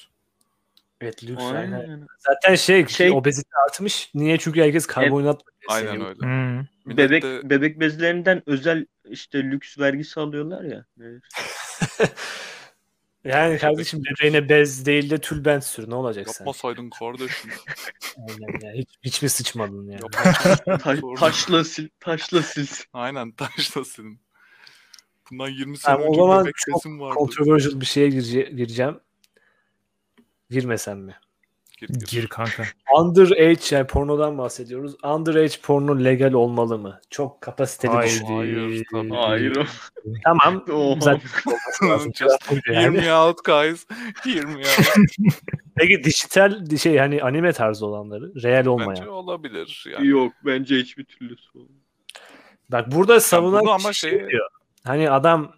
Evet lüks aynen.
Aynen.
Zaten şey,
Şey-
obezite artmış. Niye? Çünkü herkes karbonhidratla besleniyor.
Aynen öyle.
Hmm.
Millet
Bebek
de-
bebek bezlerinden özel işte lüks vergisi alıyorlar ya. Evet.
Yani kardeşim bebeğine bez değil de tülbent sür. Ne olacak sen?
Yapmasaydın kardeşim.
Aynen ya. Hiç, hiç mi sıçmadın yani?
Yapmasaydın.
Ta-
Doğru.
taşla sil, taşla sil.
Aynen taşla senin. Bundan 20 sene
Tamam, o
önce
zaman
bebek
çok
resim vardı.
Controversial bir şeye girece- gireceğim. Girmesem mi?
Gir, gir.
Gir kanka.
Underage yani pornodan bahsediyoruz. Underage porno legal olmalı mı? Çok kapasiteli
Hayır,
düşün.
hayır, tabii.
Hayır. o-
Tamam.
Oha.
Zaten
Just Hear
yani.
me out guys. Hear me out.
Peki dijital şey hani anime tarzı olanları, real olmayan.
Bence olabilir. Yani.
Yok bence hiçbir türlüsü olmaz.
Bak burada savunan
bunu
ama
ama
şey
şey-
diyor. Hani adam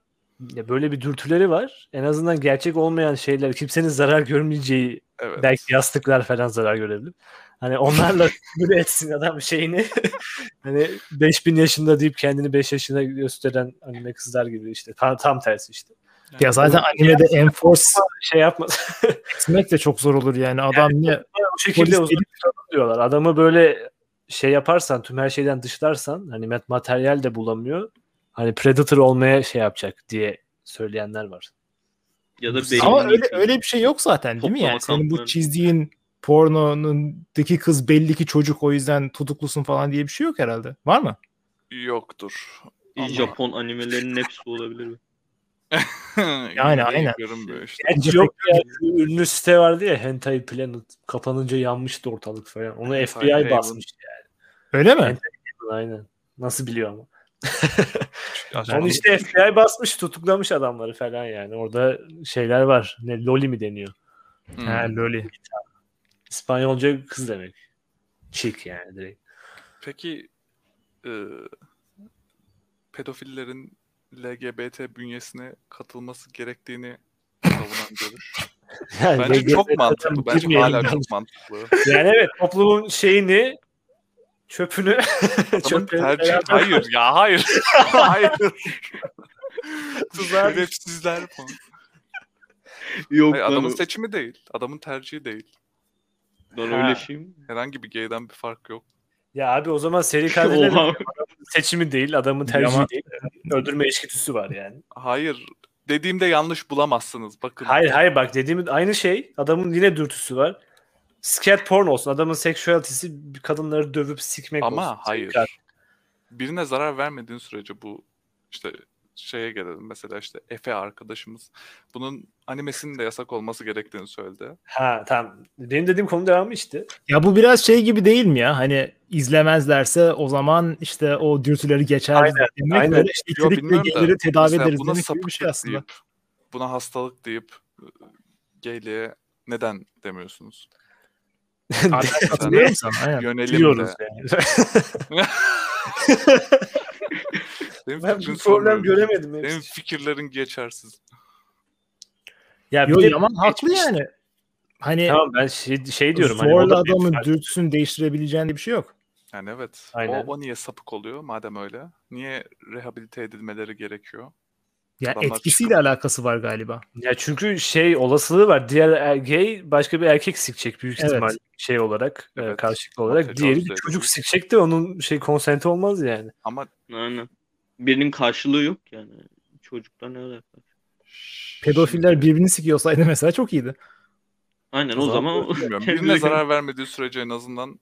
ya böyle bir dürtüleri var. En azından gerçek olmayan şeyler, kimsenin zarar görmeyeceği
Evet.
belki yastıklar falan zarar görebilir. Hani onlarla böyle etsin adam şeyini. hani 5000 yaşında deyip kendini 5 yaşında gösteren anime kızlar gibi işte. Tam, tam tersi işte.
Yani
Ya zaten animede enforce
Şey yapma.
etmek de çok zor olur yani. Adam ne?
bu şekilde
Polis
uzun tutalım diyorlar. Adamı böyle şey yaparsan, tüm her şeyden dışlarsan hani mat- materyal de bulamıyor. Hani predator olmaya şey yapacak diye söyleyenler var.
Ya da
Ama
beynini-
öyle, öyle bir şey yok zaten değil mi
Toplama
yani? Senin bu
kampları.
çizdiğin pornonundaki kız belli ki çocuk o yüzden tutuklusun falan diye bir şey yok herhalde. Var mı?
Yoktur. Ama-
Japon animelerinin hepsi olabilir. mi?
Yani
Yine
aynen.
Görünmüyor işte.
Gerçi yok ya şu ünlü site vardı ya Hentai Planet kapanınca yanmıştı ortalık falan. Onu
Hentai
FBI
Haven.
basmış
Öyle mi?
Evet. Aynen. Nasıl biliyor ama.
Acaba-
Yani işte FBI basmış tutuklamış adamları falan yani. Orada şeyler var. Ne Loli mi deniyor?
Hmm.
Ha, loli.
İspanyolca kız demek. Chick yani direkt.
Peki e, pedofillerin LGBT bünyesine katılması gerektiğini savunan görüş.
Yani
Bence
LGBT
çok
zaten
mantıklı. Bence
girmeyelim
hala
yani.
çok mantıklı.
Yani evet toplumun şeyini çöpünü
Adamın
çöpleri
tercih...
beraber-
Hayır ya hayır. hayır.
Tuzağa
Şerefsizler falan.
Yok
Hayır,
lan,
adamın
o-
seçimi değil. Adamın tercihi değil.
lan
Ha.
öyle şey mi?
Herhangi bir gayden bir fark yok.
Ya abi o zaman seri katiller
Oha.
seçimi değil adamın tercihi
Ama-
değil. Öldürme eşkitüsü var yani.
Hayır. Dediğimde yanlış bulamazsınız. Bakın.
Hayır hayır bak dediğim aynı şey adamın yine dürtüsü var. Scat porn olsun. Adamın seksüelitesi kadınları dövüp sikmek olsun.
Ama hayır.
Tekrar.
Birine zarar vermediğin sürece bu işte şeye gelelim mesela işte Efe arkadaşımız bunun animesinin de yasak olması gerektiğini söyledi.
Ha tamam. Benim dediğim konu devamı işte.
Ya bu biraz şey gibi değil mi ya? Hani izlemezlerse o zaman işte o dürtüleri geçer
Aynen,
demek.
aynen.
Böyle işte
Yo,
içerikle
bilmiyorum da,
geliri tedavi
mesela
ederiz
buna
demek gibi bir şey
sapıklık
aslında.
deyip, buna hastalık deyip e, gayliğe neden demiyorsunuz?
şey
Arkadaşlar katılıyorum sana, aynen.
Yönelim
Biliyoruz
de.
yani.
Benim
ben
fikrini
bir problem
sormuyorum.
göremedim.
Benim
henüz.
fikirlerin geçersiz.
Ya
Yo,
bir de
Yaman haklı
geçmiş-
yani. Hani
Tamam ben şey, şey diyorum. hani
zorla
orada bir
adamın
fark-
dürtüsünü değiştirebileceğin diye bir şey yok.
Yani evet.
Aynen.
O, o niye sapık oluyor madem öyle? Niye rehabilite edilmeleri gerekiyor?
Ya
Adamlar
etkisiyle alakası var galiba.
Ya çünkü şey olasılığı var. Diğer er- gay başka bir erkek sikecek büyük
Evet.
ihtimal şey olarak e,
Evet.
karşılıklı olarak.
Tecavüz
Diğeri bir
edecek.
çocuk sikecek de onun şey konsenti olmaz yani.
Ama
Aynen. Birinin karşılığı yok yani. Çocuklar ne alaka?
Pedofiller birbirini sikiyorsaydı mesela çok iyiydi.
Aynen
O
o,
zaman
zaman,
bilmiyorum.
kendine
Birine
göre-
zarar vermediği sürece en azından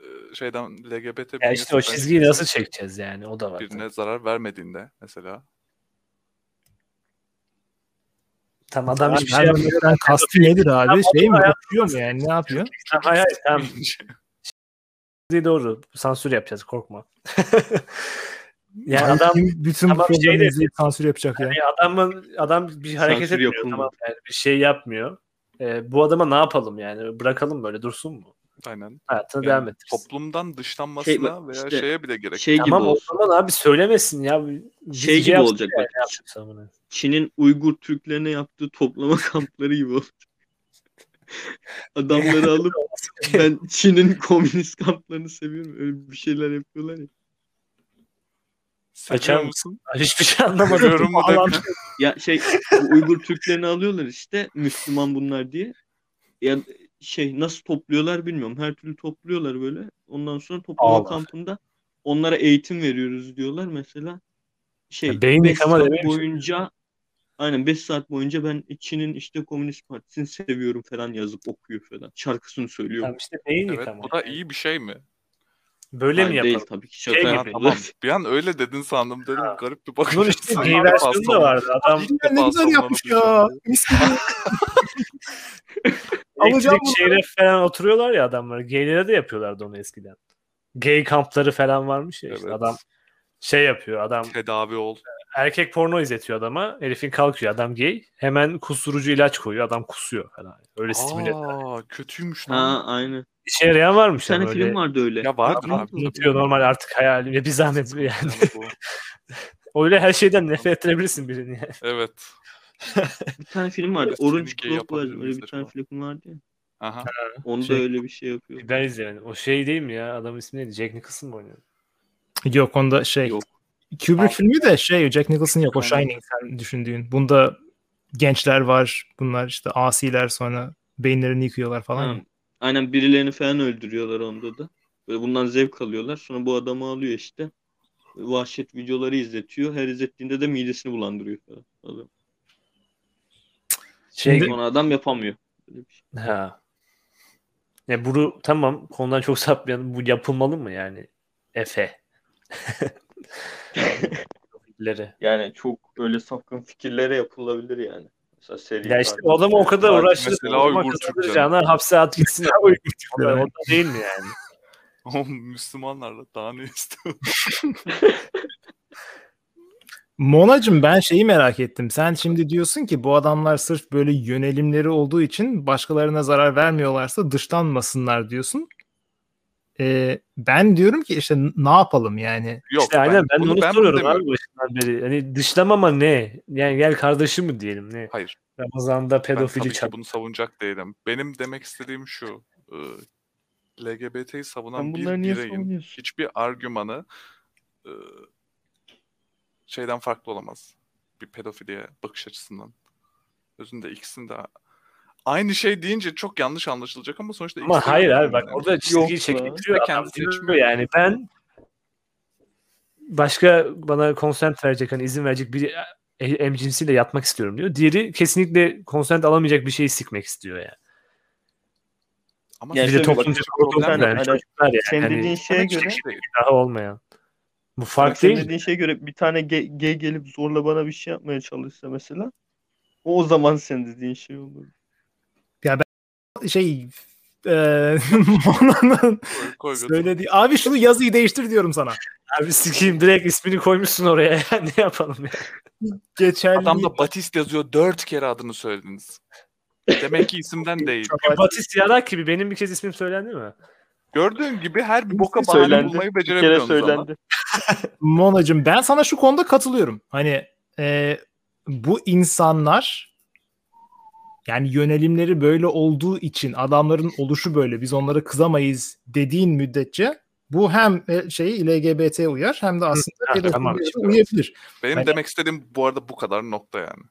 e, şeyden LGBT
Ya
bünyesi
işte o
bence
çizgiyi nasıl çekeceğiz yani o da var.
birine zarar vermediğinde mesela.
Tam adam hiçbir şey
Her
yapmıyor.
bölümden kastı nedir abi? Şey mi?
hayat-
Yapıyor mu yani? Ne yapıyor?
Tam, hayır hayır tam
şey
dediği doğru. Sansür yapacağız korkma. yani
Yani
adam
bütün, bütün
Tamam, şey
programı
de-
izleyip sansür yapacak ya.
yani adamın adam bir hareket
Sansür
etmiyor
yapılmadı.
tamam yani bir şey yapmıyor. E, bu adama ne yapalım yani bırakalım böyle dursun mu?
Aynen.
Hayatına
Yani
devam ettirsin.
toplumdan dışlanmasına
Şey,
veya
işte-
şeye bile gerek
şey gibi
Tamam o
olsun.
zaman abi söylemesin ya.
Şey gibi olacak bak.
bak.
Çin'in Uygur Türklerine yaptığı toplama kampları gibi olacak. Adamları alıp ben Çin'in komünist kamplarını seviyorum. Öyle bir şeyler yapıyorlar ya.
Açar
Seviyor
mısın?
musun?
Hiçbir şey anlamadım.
Görüyorum bu da-
Allah'ım.
Ya şey bu Uygur Türklerini alıyorlar işte Müslüman bunlar diye. Ya şey nasıl topluyorlar bilmiyorum. Her türlü topluyorlar böyle. Ondan sonra toplama
Allah.
kampında onlara eğitim veriyoruz diyorlar mesela. Şey
Ya beyin
5
yıkama
saat
dememiş.
boyunca aynen 5 saat boyunca ben Çin'in işte Komünist Partisi'ni seviyorum falan yazıp okuyor falan. Şarkısını söylüyor.
Tamam işte beyin
Evet
yıkama.
bu da iyi bir şey mi?
Böyle mi
Hayır, değil
yapalım?
tabii ki
Şey
şaka
gibi.
Ha, tamam.
yapıyorlar.
Bir an öyle dedin sandım dedim
Ha.
garip bir bakış.
Bunun işte
açısı.
gay
İlk defa
versiyonu da vardı. Adam
Bilmiyorum, ne
defa
güzel yapmış ya.
sallanabiliyor.
Mis gibi. Alacağım
elektrik
bunu.
şeref falan oturuyorlar ya adamlar. Gaylere de yapıyorlardı onu eskiden. Gay kampları falan varmış ya işte.
Evet.
Adam şey yapıyor adam
Tedavi ol.
erkek porno izletiyor adama. Herifin kalkıyor adam gay. Hemen kusturucu ilaç koyuyor. Adam kusuyor falan. Öyle stimüle.
Aa kötüymüş lan.
Ha aynı.
İşe yarayan varmış.
Bir tane
yani öyle.
film vardı öyle.
Ya vardır
Ama-
abi.
Unutuyor normal artık hayalimde bir zahmet yani. Öyle her şeyden nefret ettirebilirsin birini yani.
evet.
Bir tane film vardı.
Biraz
Orange
tehlikeli
Globe
yapabilir
var. Öyle
miyiz
bir tane
acaba?
film vardı ya.
Aha.
Onda
Şey-
öyle bir şey yapıyor.
Ben izlemedim. O şey değil mi ya? Adamın ismi neydi? Jack Nicholson mı oynuyor?
Yok onda şey.
Yok.
Kubrick filmi de şey Jack Nicholson yok o
Aynen.
Shining sen düşündüğün. Bunda gençler var. Bunlar işte asiler sonra beyinlerini yıkıyorlar falan.
Ha, Aynen birilerini falan öldürüyorlar onda da. Böyle bundan zevk alıyorlar. Sonra bu adamı alıyor işte. Vahşet videoları izletiyor. Her izlettiğinde de midesini bulandırıyor falan. Adam.
Şey
Şimdi-
Sonra adam yapamıyor. Böyle bir şey.
Ha. Ya bunu tamam konudan çok sapmayalım. Bu yapılmalı mı yani? Efe. Fikirleri.
Yani çok böyle sapkın fikirlere yapılabilir yani. Mesela seri
Ya işte
katil.
o adam o kadar
Bak
uğraştı.
mesela
o zaman
Uygur Türkleri.
kazandıracağına hapse at gitsin.
Uygur
o da, o da değil mi yani?
Oğlum, Müslümanlarla daha ne istiyorsun?
Monacım ben şeyi merak ettim. Sen şimdi diyorsun ki bu adamlar sırf böyle yönelimleri olduğu için başkalarına zarar vermiyorlarsa dışlanmasınlar diyorsun. Ee, ben diyorum ki işte n- ne yapalım yani?
Yok.
işte aynen ben,
bunu-
onu
bunu
soruyorum
demiyorum.
abi başından beri. Hani dışlamama ne? Yani gel kardeşim mi diyelim ne?
Hayır.
Ramazan'da
Ben
pedofili
tabii ki
çat.
bunu savunacak değilim. Benim demek istediğim şu. ıı, LGBT'yi savunan
Sen
bir
bunları niye
bireyin
savunuyorsun?
hiçbir argümanı ıı, şeyden farklı olamaz. Bir pedofiliye bakış açısından. Özünde ikisini de aynı şey deyince çok yanlış anlaşılacak ama sonuçta
Ama
ikisi de
hayır abi
önemli.
bak orada
Yok
çizgiyi
lan.
çektiriyor
Ve
adam.
kendisi
Diyor
seçmiyor.
yani ben başka bana konsent verecek hani izin verecek bir e- emcinsiyle yatmak istiyorum diyor. Diğeri kesinlikle konsent alamayacak bir şeyi sikmek istiyor yani.
Ama
Yani
bir de
şöyle
toplumca
bak,
problem
sen-
yani.
hani
Çocuklar yani.
Sen
Hani
şey-
dediğin şeye göre
değil.
daha olmayan. Bu fark
Senin
değil. mi?
dediğin şeye göre bir tane ge- gay gelip zorla bana bir şey yapmaya çalışsa mesela o, o zaman senin dediğin şey olur.
Şey e, Mona'nın
Koy- koy götür.
söylediği abi şunu yazıyı değiştir diyorum sana.
Abi sikeyim direkt ismini koymuşsun oraya. ne yapalım ya?
Geçerli
Adamda Batist yazıyor dört kere adını söylediniz. Demek ki isimden değil.
Batist yarak gibi benim bir kez ismim söylendi mi?
Gördüğün gibi her bir boka bahane
Söylendi.
bulmayı
Bir kere
beceremiyorsunuz ama.
söylendi.
Monacım ben sana şu konuda katılıyorum. Hani e, bu insanlar yani yönelimleri böyle olduğu için adamların oluşu böyle biz onlara kızamayız dediğin müddetçe bu hem e, şeyi LGBT'ye uyar hem de aslında
ha,
pedofiliye
tamam,
de
şimdi
uyabilir.
Benim
Hani-
demek istediğim bu arada bu kadar nokta yani.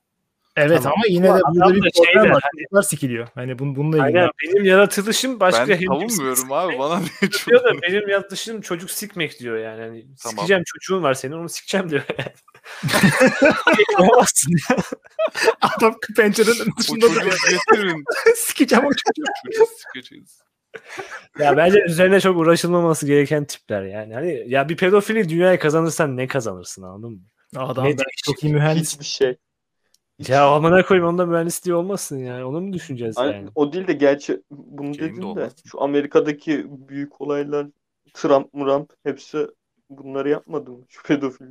Evet
Tamam.
ama yine de
Ama
burada
adam
bir
da
problem
şeyler,
var.
hani-
Çocuklar sikiliyor. Hani bun, bununla ilgili.
Aynen benim yaratılışım başka
ben
henüz-
savunmuyorum abi bana ne
diyor
çok.
da benim yaratılışım çocuk sikmek diyor yani. Hani
Tamam.
Sikeceğim çocuğun var senin onu sikeceğim diyor. Olamazsın ya.
Adam pencerenin
Bu
dışında
çocuğu getirin.
sikeceğim o çocuğu.
Çocuğu sikeceğiz.
ya bence üzerine çok uğraşılmaması gereken tipler yani. Hani ya bir pedofili dünyaya kazanırsan ne kazanırsın anladın mı?
Adam
Ne
ben
değişik.
çok iyi mühendis.
Hiçbir şey.
Ya amına koyayım onda mühendisliği olmasın yani. Onu mu düşüneceğiz
Hani
yani?
o değil de gerçi bunu
Şeyim de
dedin de
olmaz.
şu Amerika'daki büyük olaylar Trump Muramp hepsi bunları yapmadı mı? Şu pedofili.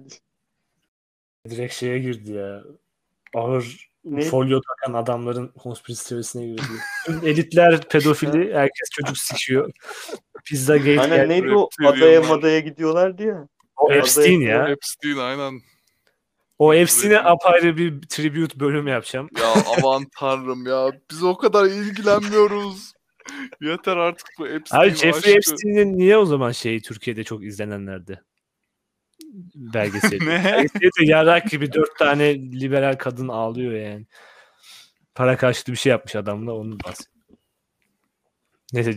Direkt şeye girdi ya. Ağır
Ne?
folyo takan adamların konspirasyon teorisine girdi. Tüm elitler pedofili, herkes çocuk sikiyor. Pizza gate
Aynen
geldi.
neydi o
reptilian
adaya
var.
madaya gidiyorlar diye.
O Epstein
Adaya-
ya.
Epstein aynen.
O hepsine apayrı bir tribute bölüm yapacağım.
Ya aman tanrım ya. Biz o kadar ilgilenmiyoruz. Yeter artık bu Epstein
Abi Jeffrey
aşkı.
Epstein'in niye o zaman şeyi Türkiye'de çok izlenenlerde? Belgeseli.
Ne?
Belgeseli de yarak gibi dört tane liberal kadın ağlıyor yani. Para karşılığı bir şey yapmış adamla onu bahsediyor. Neyse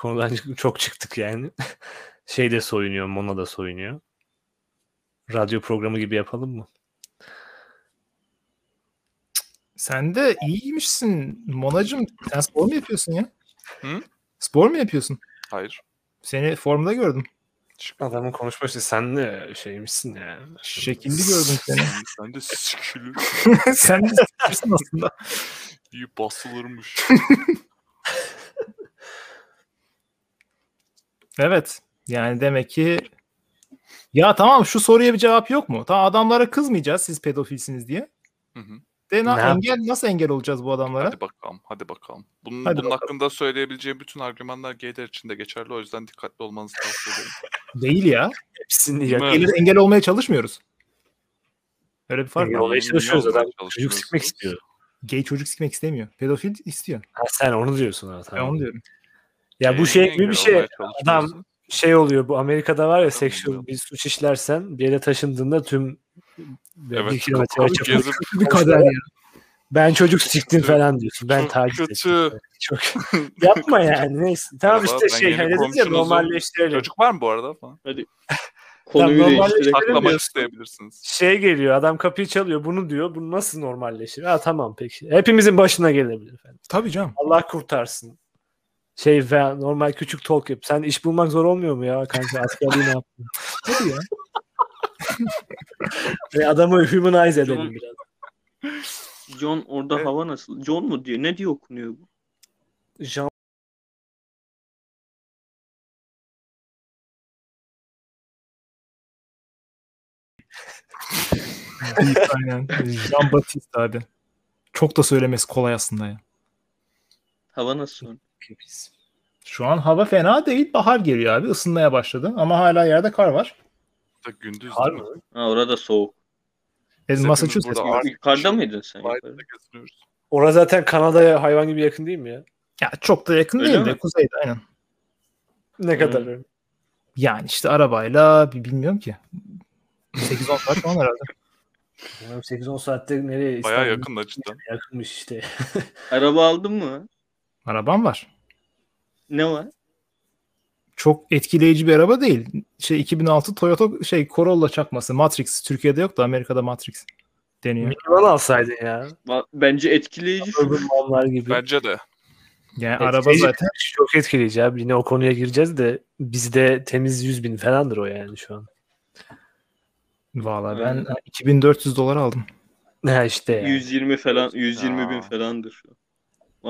konudan çok çıktık yani. Şey de soyunuyor, Mona da soyunuyor. Radyo programı gibi yapalım mı?
Sen de iyiymişsin Monacım. Sen spor mu yapıyorsun ya?
Hı?
Spor mu yapıyorsun?
Hayır.
Seni formda gördüm.
Adamın konuşma şekli sen de şeymişsin ya.
Şekilli gördüm seni.
Sen, sen de sikülür.
Sen de sporcusun aslında.
iyi basılırmış.
Evet. Yani demek ki ya tamam şu soruya bir cevap yok mu? Ta adamlara kızmayacağız siz pedofilsiniz diye.
Hı hı.
De na-
Ne yap-
engel nasıl engel olacağız bu adamlara?
Hadi bakalım, hadi bakalım. Bunun,
Hadi
bunun
bakalım.
hakkında söyleyebileceğim bütün argümanlar gayler için de geçerli. O yüzden dikkatli olmanızı tavsiye ederim.
Değil ya.
Hepsini yak-
Evet.
Engel, engel olmaya çalışmıyoruz. Öyle bir fark
Engel
var.
olmaya çalışıyoruz
Olmaya
adam. Çocuk
çalışıyoruz.
sikmek istiyor.
Gay çocuk sikmek istemiyor. Pedofil istiyor.
Ha, sen onu diyorsun ha,
Ben
tamam.
onu diyorum.
Ya bu
Ee,
şey
niye
gibi bir
engel
şey
olmaya çalışıyoruz?
adam- şey oluyor bu Amerika'da var ya
Tamam,
sexual
tamam.
bir suç işlersen bir yere taşındığında tüm
Evet,
bir kilometre
kapı
çapında
gezip-
Bir kader ya.
ben çocuk siktim
kötü.
falan diyorsun. Ben
Çok
takip
kötü.
ettim. Çok yapma yani neyse. Tamam
Merhaba,
işte
ben
şey
yeni
hani dedim ya
komşunuzum.
normalleştirelim.
Çocuk var mı bu arada falan?
Konuyu
normalde
değiştirerek.
Bilmiyorum.
Saklamak isteyebilirsiniz.
Şey geliyor adam kapıyı çalıyor bunu diyor. Bu nasıl normalleşir? Ha tamam peki. Hepimizin başına gelebilir. Falan.
Tabii canım.
Allah kurtarsın. Şey veya normal küçük talk yap. Sen iş bulmak zor olmuyor mu ya kanka? Askerliği ne yaptın?
Tabii ya.
Ve adamı humanize edelim biraz.
John orada
Evet.
hava nasıl? John mu diyor? Ne diye okunuyor bu?
Jean
Aynen. Jean Baptiste abi. Çok da söylemesi kolay aslında ya.
Hava nasıl?
Şu an hava fena değil. Bahar geliyor abi. Isınmaya başladı. Ama hala yerde kar var.
Da gündüz
Var
değil mi?
mı?
Ha orada soğuk.
E,
Biz
Massachusetts.
hepimiz burada Ar-
Yukarıda mıydın sen?
Biden'da
Yukarıda.
geziniyoruz.
Orada zaten Kanada'ya hayvan gibi yakın değil mi ya?
Ya çok da yakın
Öyle
değil de
mi?
kuzeyde aynen.
Hmm.
Ne kadar?
Yani işte arabayla bir bilmiyorum ki. 8-10 saat falan herhalde.
Bilmiyorum, 8-10 saatte nereye?
Bayağı
İstanbul'a
yakın da cidden.
Yakınmış işte.
Araba aldın mı?
Arabam var.
Ne var?
Çok etkileyici bir araba değil. Şey 2006 Toyota şey Corolla çakması Matrix Türkiye'de yok da Amerika'da Matrix deniyor.
Minivan alsaydın ya.
Va- Bence etkileyici şu.
Urban Manlar gibi.
Bence de.
Yani
Etkileyici.
araba zaten
Çok etkileyici abi. Yine o konuya gireceğiz de bizde temiz 100 bin falandır o yani şu an.
Vallahi ben 2400 dolar aldım.
Ne işte yani.
120 falan, 120 bin
Ya.
falandır şu. an.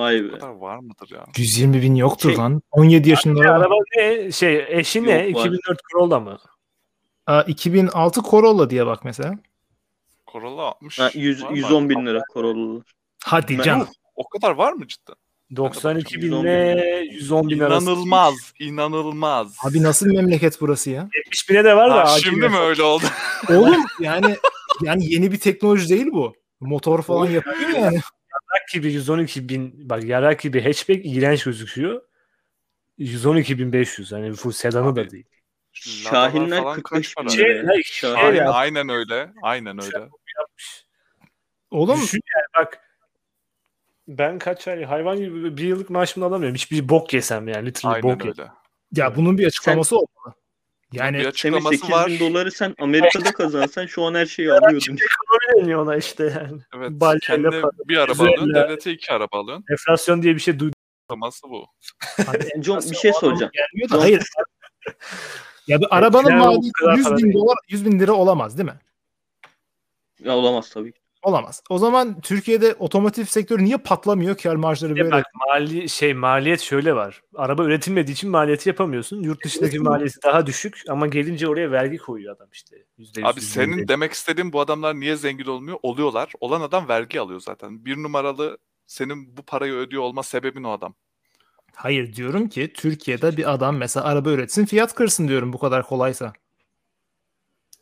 Vay
Bu
be.
kadar var mıdır ya?
120 bin yoktur
Şey-
lan. 17 yaşında
Ya
araba.
Araba ne? Şey eşi ne?
Yok, var.
2004 Corolla mı?
Aa, 2006 Corolla diye bak mesela.
Corolla 60.
Ha, 100,
var mı?
110 bin lira Corolla'lar.
Hadi
Ben-
canım.
O kadar var mı cidden?
92 bin
110
ile 110 bin arası.
İnanılmaz, inanılmaz.
Abi nasıl memleket burası ya?
70 bine de var da.
Ha,
acil
şimdi
yok.
mi öyle oldu?
Oğlum yani yani yeni bir teknoloji değil bu. Motor falan yapıyor yani.
Yarak gibi 112 bin bak yarak gibi hatchback iğrenç gözüküyor. 112 bin 500 hani full sedanı da
Abi,
değil.
Ladalar
Şahinler
falan
45 bin
para?
kaç
lira.
Şey,
ya.
hayır,
Şahin.
şey-
Aynen,
ya. Şey,
aynen öyle. Aynen öyle.
Oğlum
Düşün yani bak ben kaç ay hayvan gibi bir yıllık maaşımı alamıyorum. Hiçbir bok yesem yani literally şey, bok
Aynen
yesem.
öyle.
ya bunun bir açıklaması olmalı.
Bir
Yani
Semih
açıklaması
8
var.
bin doları sen Amerika'da kazansan şu an her şeyi alıyordun.
Ekonomi deniyor ona işte yani.
Evet.
balya
Kendine
laf alıyor.
bir araba
Güzel
alıyorsun,
ya.
devlete iki araba alıyorsun.
Enflasyon diye bir şey duydum.
Açıklaması bu.
John bir şey soracağım.
gelmiyor da hayır. Ya bir arabanın
Eskiden o kadar
maliyeti 100
para
bin
değil.
dolar 100 bin lira olamaz değil mi?
Ya olamaz tabii. ki.
Olamaz. O zaman Türkiye'de otomotiv sektörü niye patlamıyor kar marjları
E
böyle?
bak mali şey maliyet şöyle var. Araba üretilmediği için maliyeti yapamıyorsun. Yurt dışındaki maliyeti daha düşük ama gelince oraya vergi koyuyor adam işte. %100,
Abi
%100.
senin demek istediğin bu adamlar niye zengin olmuyor? Oluyorlar. Olan adam vergi alıyor zaten. Bir numaralı senin bu parayı ödüyor olma sebebin o adam.
Hayır diyorum ki Türkiye'de bir adam mesela araba üretsin fiyat kırsın diyorum bu kadar kolaysa.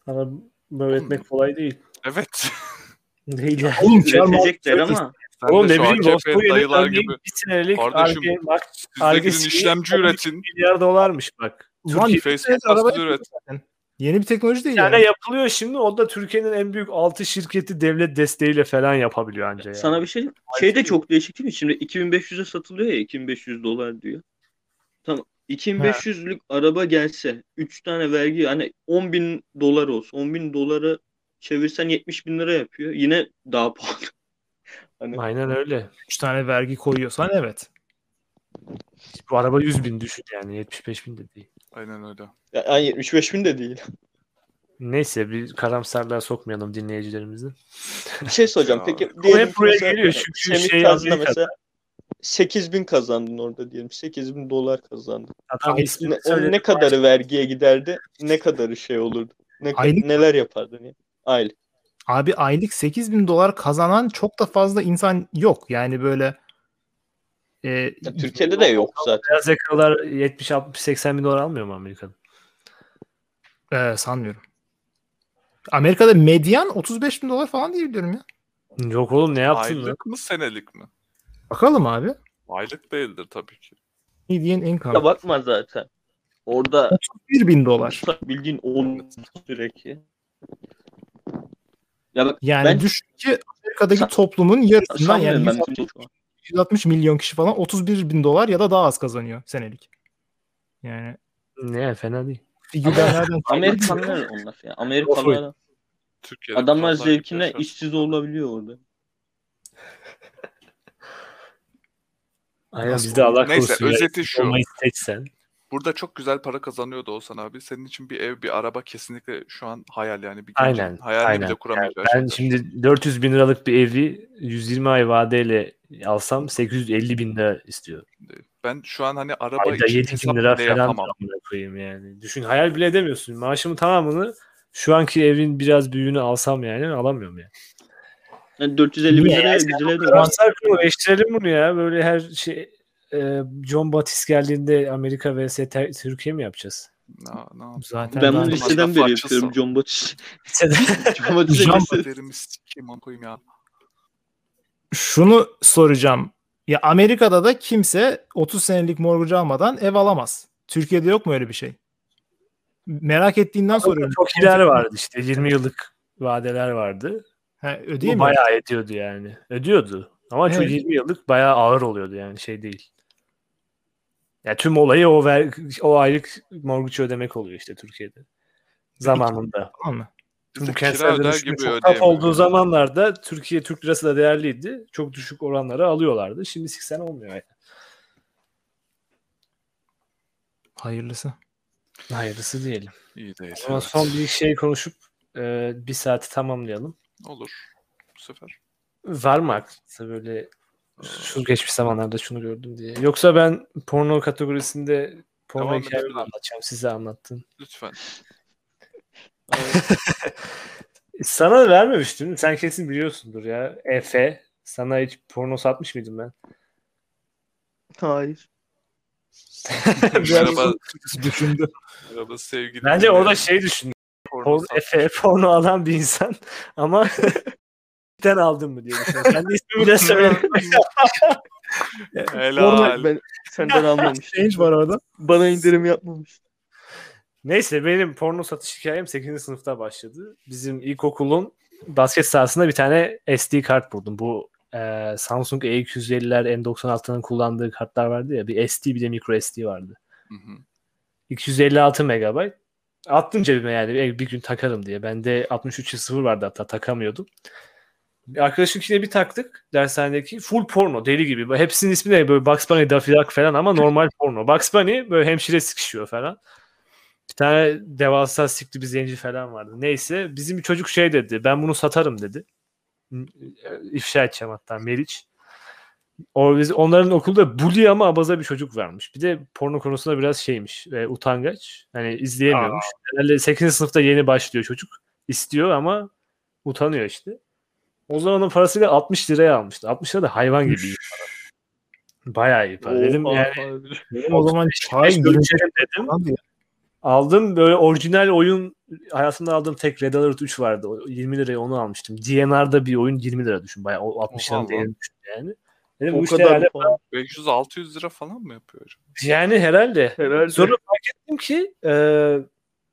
Ama böyle etmek kolay değil.
Evet.
Değiller.
Oğlum
Üretecekler ama
Sen
Oğlum
de
ne
şu
bileyim
AKP
Roscoe
dayılar
Yönetim
gibi.
bir senelik
Kardeşim,
Arge bak
Siz de gidin
Argesi-
işlemci üretin.
milyar dolarmış bak.
Lan,
Facebook
Evet, araba
baskılı üret.
yapıyoruz Şey, zaten. Yeni bir teknoloji değil
Bir şey tane
yani.
yapılıyor şimdi o da Türkiye'nin en büyük 6 şirketi devlet desteğiyle falan yapabiliyor anca yani.
Sana bir şey şey de çok değişik değil mi? Şimdi 2500'e satılıyor ya 2500 dolar diyor. Tamam. 2500'lük araba gelse 3 tane vergi hani 10 bin dolar olsun. 10 bin dolara çevirsen 70 bin lira yapıyor. Yine daha pahalı.
Aynen öyle.
3 tane vergi koyuyorsan evet.
Bu araba 100 bin düşün yani 75 bin de değil.
Aynen öyle.
Ya- Yani 75 bin de değil.
Neyse bir karamsarlığa sokmayalım dinleyicilerimizi.
Bir şey soracağım.
Ya.
Peki
O
diyelim
hep
ki
buraya
mesela
geliyor çünkü
Semih
şey
tarzında
Amerika'da.
mesela 8 bin kazandın orada diyelim. 8 bin dolar kazandın.
Adam
Ne,
ismini
onun
söyledi.
ne kadarı vergiye giderdi? Ne kadarı şey olurdu? Ne,
Aylık.
neler yapardın? Yani? Aylık.
Abi aylık 8000 bin dolar kazanan çok da fazla insan yok. Yani böyle e,
Ya Türkiye'de de yok zaten.
Beyaz yakalılar 70-80 bin dolar almıyor mu Amerika'da?
e, sanmıyorum. Amerika'da medyan 35 bin dolar falan diye biliyorum ya.
Yok oğlum ne yaptın lan?
Aylık mı senelik mi?
Bakalım abi.
Aylık değildir tabii ki.
Median
Ya
income.
bakma zaten. Orada
31 bin dolar.
bildiğin 10 sürekli. Ya bak
Yani
Ben-
düşün ki Amerika'daki
Sa-
toplumun yarısından
sanmıyorum
yani
ben
160, 160 milyon kişi falan 31 bin dolar ya da daha az kazanıyor senelik. Yani
Ne fena değil.
figürler nereden
Amerikanlar onlar ya. Amerikanlar.
Türkiye'de
Adamlar
insanlar gibi
zevkine
yaşar.
işsiz olabiliyor orada.
Aynen
Nasıl
bizde Allah
Neyse,
korusun. ya,
özeti şu.
Olmayı seçsen.
Burada çok güzel para kazanıyordu Oğuzhan abi. Senin için bir ev, bir araba kesinlikle şu an hayal yani. Bir gencin
Aynen.
Hayalini
aynen.
bile kuramayacağı
Yani ben
şeyler.
şimdi 400 bin liralık bir evi 120 ay vadeyle alsam 850 bin lira istiyor.
Ben şu an hani araba
Ayda
için
7
hesap
bin lira
bile
falan
yapamam.
amına koyayım yani. Düşün hayal bile edemiyorsun. Maaşımın tamamını şu anki evin biraz büyüğünü alsam yani alamıyorum yani.
Yani 450 bin
Niye
lira
ya?
bizlere de var.
Transfer kurumu eleştirelim bunu ya. Böyle her şey e, John Batist geldiğinde Amerika vs Ter- Türkiye mi yapacağız?
Ne, ne yapayım?
Zaten
Ben
daha-
bunu
Başka
liseden beri
parçası
yapıyorum.
o.
John Batiste. John Batiste
John
lise-
Derimi sikeyim amına koyayım ya.
şunu soracağım. Ya Amerika'da da kimse 30 senelik morgucu almadan ev alamaz. Türkiye'de yok mu öyle bir şey? Merak ettiğimden soruyorum.
Çok iler vardı işte 20 yıllık vadeler vardı.
Ha,
Değil
ödeyeyim
mi?
mi?
Bayağı ediyordu yani. Ödüyordu. Ama çok
Evet.
20 yıllık bayağı ağır oluyordu yani şey değil. Ya tüm olayı o ver, o aylık morguçu ödemek oluyor işte Türkiye'de. Zamanında.
Tamam mı?
Biz de
Bu
kira
kentsel
öder
dönüşümün
gibi
çok tap olduğu
ödeyemiyoruz.
zamanlarda Türkiye Türk lirası da değerliydi. Çok düşük oranlara alıyorlardı. Şimdi 80 olmuyor. Yani.
Hayırlısı.
Hayırlısı diyelim.
İyi değil.
Ama
evet.
son bir şey konuşup e, bir saati tamamlayalım.
Olur. Bu sefer.
Var mı aklınızda böyle şu geçmiş zamanlarda şunu gördüm diye. Yoksa ben porno kategorisinde porno
Devam
hikayemi
edebilirim.
anlatacağım size anlattım.
Lütfen.
E, Sana vermemiştim. Sen kesin biliyorsundur ya. Efe. Sana hiç porno satmış mıydım ben?
Hayır.
merhaba,
Düşündü.
merhaba sevgili.
Bence orada şey düşün.
Porno
Porno,
sat-
Efe porno alan bir insan ama ben aldım mı diye düşünüyorum. Kendi ismimi bile söyledim.
Helal.
Ben senden
Şey-
almamıştım.
Change var orada.
Bana indirim yapmamış.
Neyse benim porno satış hikayem 8. sınıfta başladı. Bizim ilkokulun basket sahasında bir tane SD kart buldum. Bu e, Samsung E250'ler N96'nın kullandığı kartlar vardı ya. Bir SD bir de micro SD vardı.
Hı hı.
256 megabayt. Attım cebime yani e, bir gün takarım diye. Bende 63.0 vardı hatta takamıyordum. Bir Arkadaşınkine bir taktık dershanedeki full porno deli gibi. Hepsinin ismi de böyle Bugs Bunny, Daffy Duck falan ama normal porno. Bugs Bunny böyle hemşire sıkışıyor falan. Bir tane devasa sikli bir zenci falan vardı. Neyse bizim bir çocuk şey dedi. Ben bunu satarım dedi. İfşa edeceğim hatta Meriç. O, biz, onların okulda bully ama abaza bir çocuk varmış. Bir de porno konusunda biraz şeymiş. e, utangaç. Hani izleyemiyormuş. Herhalde 8. sınıfta yeni başlıyor çocuk. İstiyor ama utanıyor işte. O zamanın parasıyla 60 liraya almıştı. 60 lira da hayvan gibi iyi para. Bayağı iyi para. Dedim
Oha,
yani
harbi.
Benim o zaman çay
5
20
ölçelim dedim.
falan diye.
Aldım böyle orijinal oyun hayatımda aldığım tek Red Alert 3 vardı. O 20 liraya onu almıştım. DNR'da bir oyun 20 lira düşün. Bayağı o 60
Allah.
liranın değerini düşün yani. Dedim,
O
bu işte
kadar
herhalde,
500-600 lira falan mı yapıyor acaba?
yani herhalde.
Herhalde.
Sonra fark ettim ki e,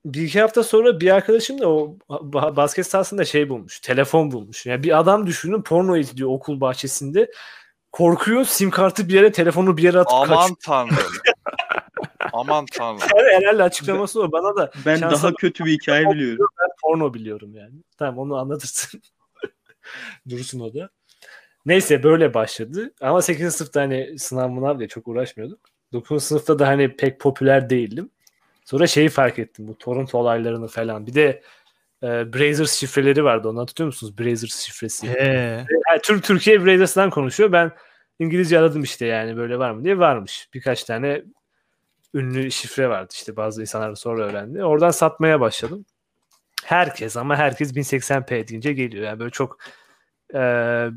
bir iki hafta sonra bir arkadaşım da o ba- basket sahasında şey bulmuş. Telefon bulmuş. Yani bir adam düşünün porno izliyor okul bahçesinde. Korkuyor sim kartı bir yere telefonu bir yere atıp
Aman
kaçıyor.
tanrım. Aman tanrım.
Yani herhalde açıklaması o. Bana da
ben
şansa
daha
bak-
kötü bir hikaye biliyorum.
porno biliyorum yani. Tamam onu anlatırsın. Dursun o da. Neyse böyle başladı. Ama 8. sınıfta hani sınav mınav diye çok uğraşmıyordum. 9. sınıfta da hani pek popüler değildim. Sonra şeyi fark ettim bu torrent olaylarını falan. Bir de e, Brazers şifreleri vardı. Onu hatırlıyor musunuz? Brazers şifresi.
He.
Yani Türk Türkiye Brazers'dan konuşuyor. Ben İngilizce aradım işte yani böyle var mı diye varmış. Birkaç tane ünlü şifre vardı işte bazı insanlar sonra öğrendi. Oradan satmaya başladım. Herkes ama herkes 1080p deyince geliyor. Yani böyle çok eee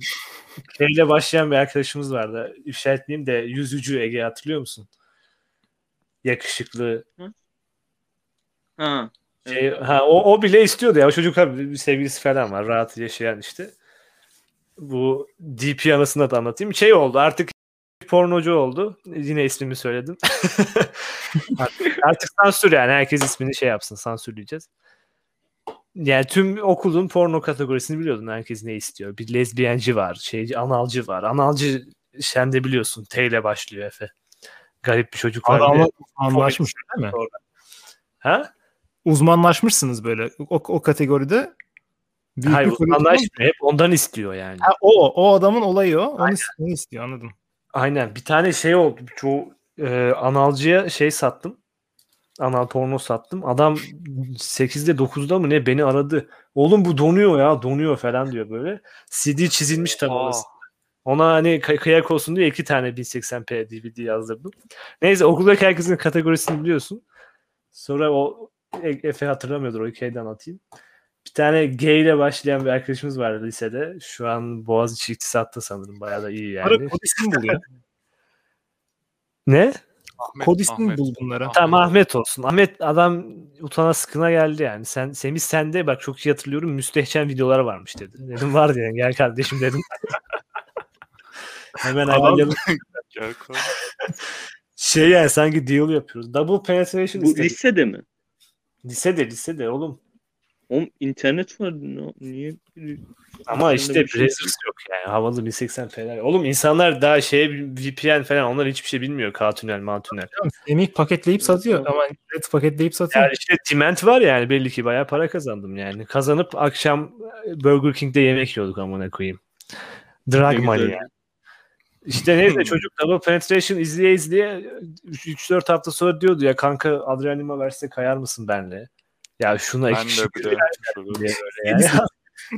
şeyle başlayan bir arkadaşımız vardı. İfşa etmeyeyim de yüzücü Ege hatırlıyor musun? Yakışıklı
Ha.
şey, ha, o, o bile istiyordu ya. O çocuk abi bir sevgilisi falan var. Rahat yaşayan işte. Bu DP anasını da anlatayım. Şey oldu artık pornocu oldu. Yine ismimi söyledim. artık, artık sansür yani. Herkes ismini şey yapsın. Sansürleyeceğiz. Yani tüm okulun porno kategorisini biliyordun. Herkes ne istiyor. Bir lezbiyenci var. Şey, analcı var. Analcı sen de biliyorsun. T ile başlıyor Efe. Garip bir çocuk var. bir de.
Adamla uzmanlaşmış değil mi?
ha?
Uzmanlaşmışsınız böyle o, o kategoride. Büyük
Hayır,
bir kulüp-
anlaşmıyor. Hep ondan istiyor yani.
Ha, o, o adamın olayı o. Onu, is- onu istiyor anladım.
Aynen. Bir tane şey oldu. Çoğu e, analcıya şey sattım. Anal porno sattım. Adam 8'de 9'da mı ne beni aradı. Oğlum bu donuyor ya donuyor falan diyor böyle. CD çizilmiş tabii
Oha.
orası. Ona hani kı- kıyak olsun diye iki tane 1080p DVD yazdırdım. Neyse okuldaki herkesin kategorisini biliyorsun. Sonra o E- Efe hatırlamıyordur o hikayeyi de anlatayım. Bir tane G ile başlayan bir arkadaşımız vardı lisede. Şu an Boğaziçi İktisat'ta sanırım. Bayağı da iyi yani.
Arı kod ismi bul ya.
Ne?
Ahmet,
Kod ismi
Ahmet.
bul bunlara.
Ahmet.
Tamam Ahmet olsun. Ahmet adam utana sıkına geldi yani. Sen Semih sende bak çok iyi hatırlıyorum müstehcen videolar varmış dedi. Dedim var diye gel kardeşim dedim. Hemen
Adam-
ayarlayalım.
Gel koy.
Şey yani sanki deal yapıyoruz. Double penetration
Bu
istedik.
lisede mi?
lisede lisede oğlum.
Oğlum internet vardı. No, niye? bir-
Ama
Lisede
işte
bir şey yok.
Brazers yok yani. Havalı 1080 falan. Oğlum insanlar daha şeye VPN falan onlar hiçbir şey bilmiyor. K-tünel, mantünel.
Semih paketleyip satıyor. Ama Red paketleyip satıyor.
Yani işte demand var yani belli ki bayağı para kazandım yani. Kazanıp akşam e, Burger King'de yemek yiyorduk amına koyayım.
Ne
Drug
güzel.
money yani. İşte
Hmm.
neyse çocuk Double Penetration izleye izleye 3-4 hafta sonra diyordu ya kanka adrenalin verse kayar mısın benle? Ya şuna
Ben
iki kişi
de bir de şöyle-
diye böyle yani.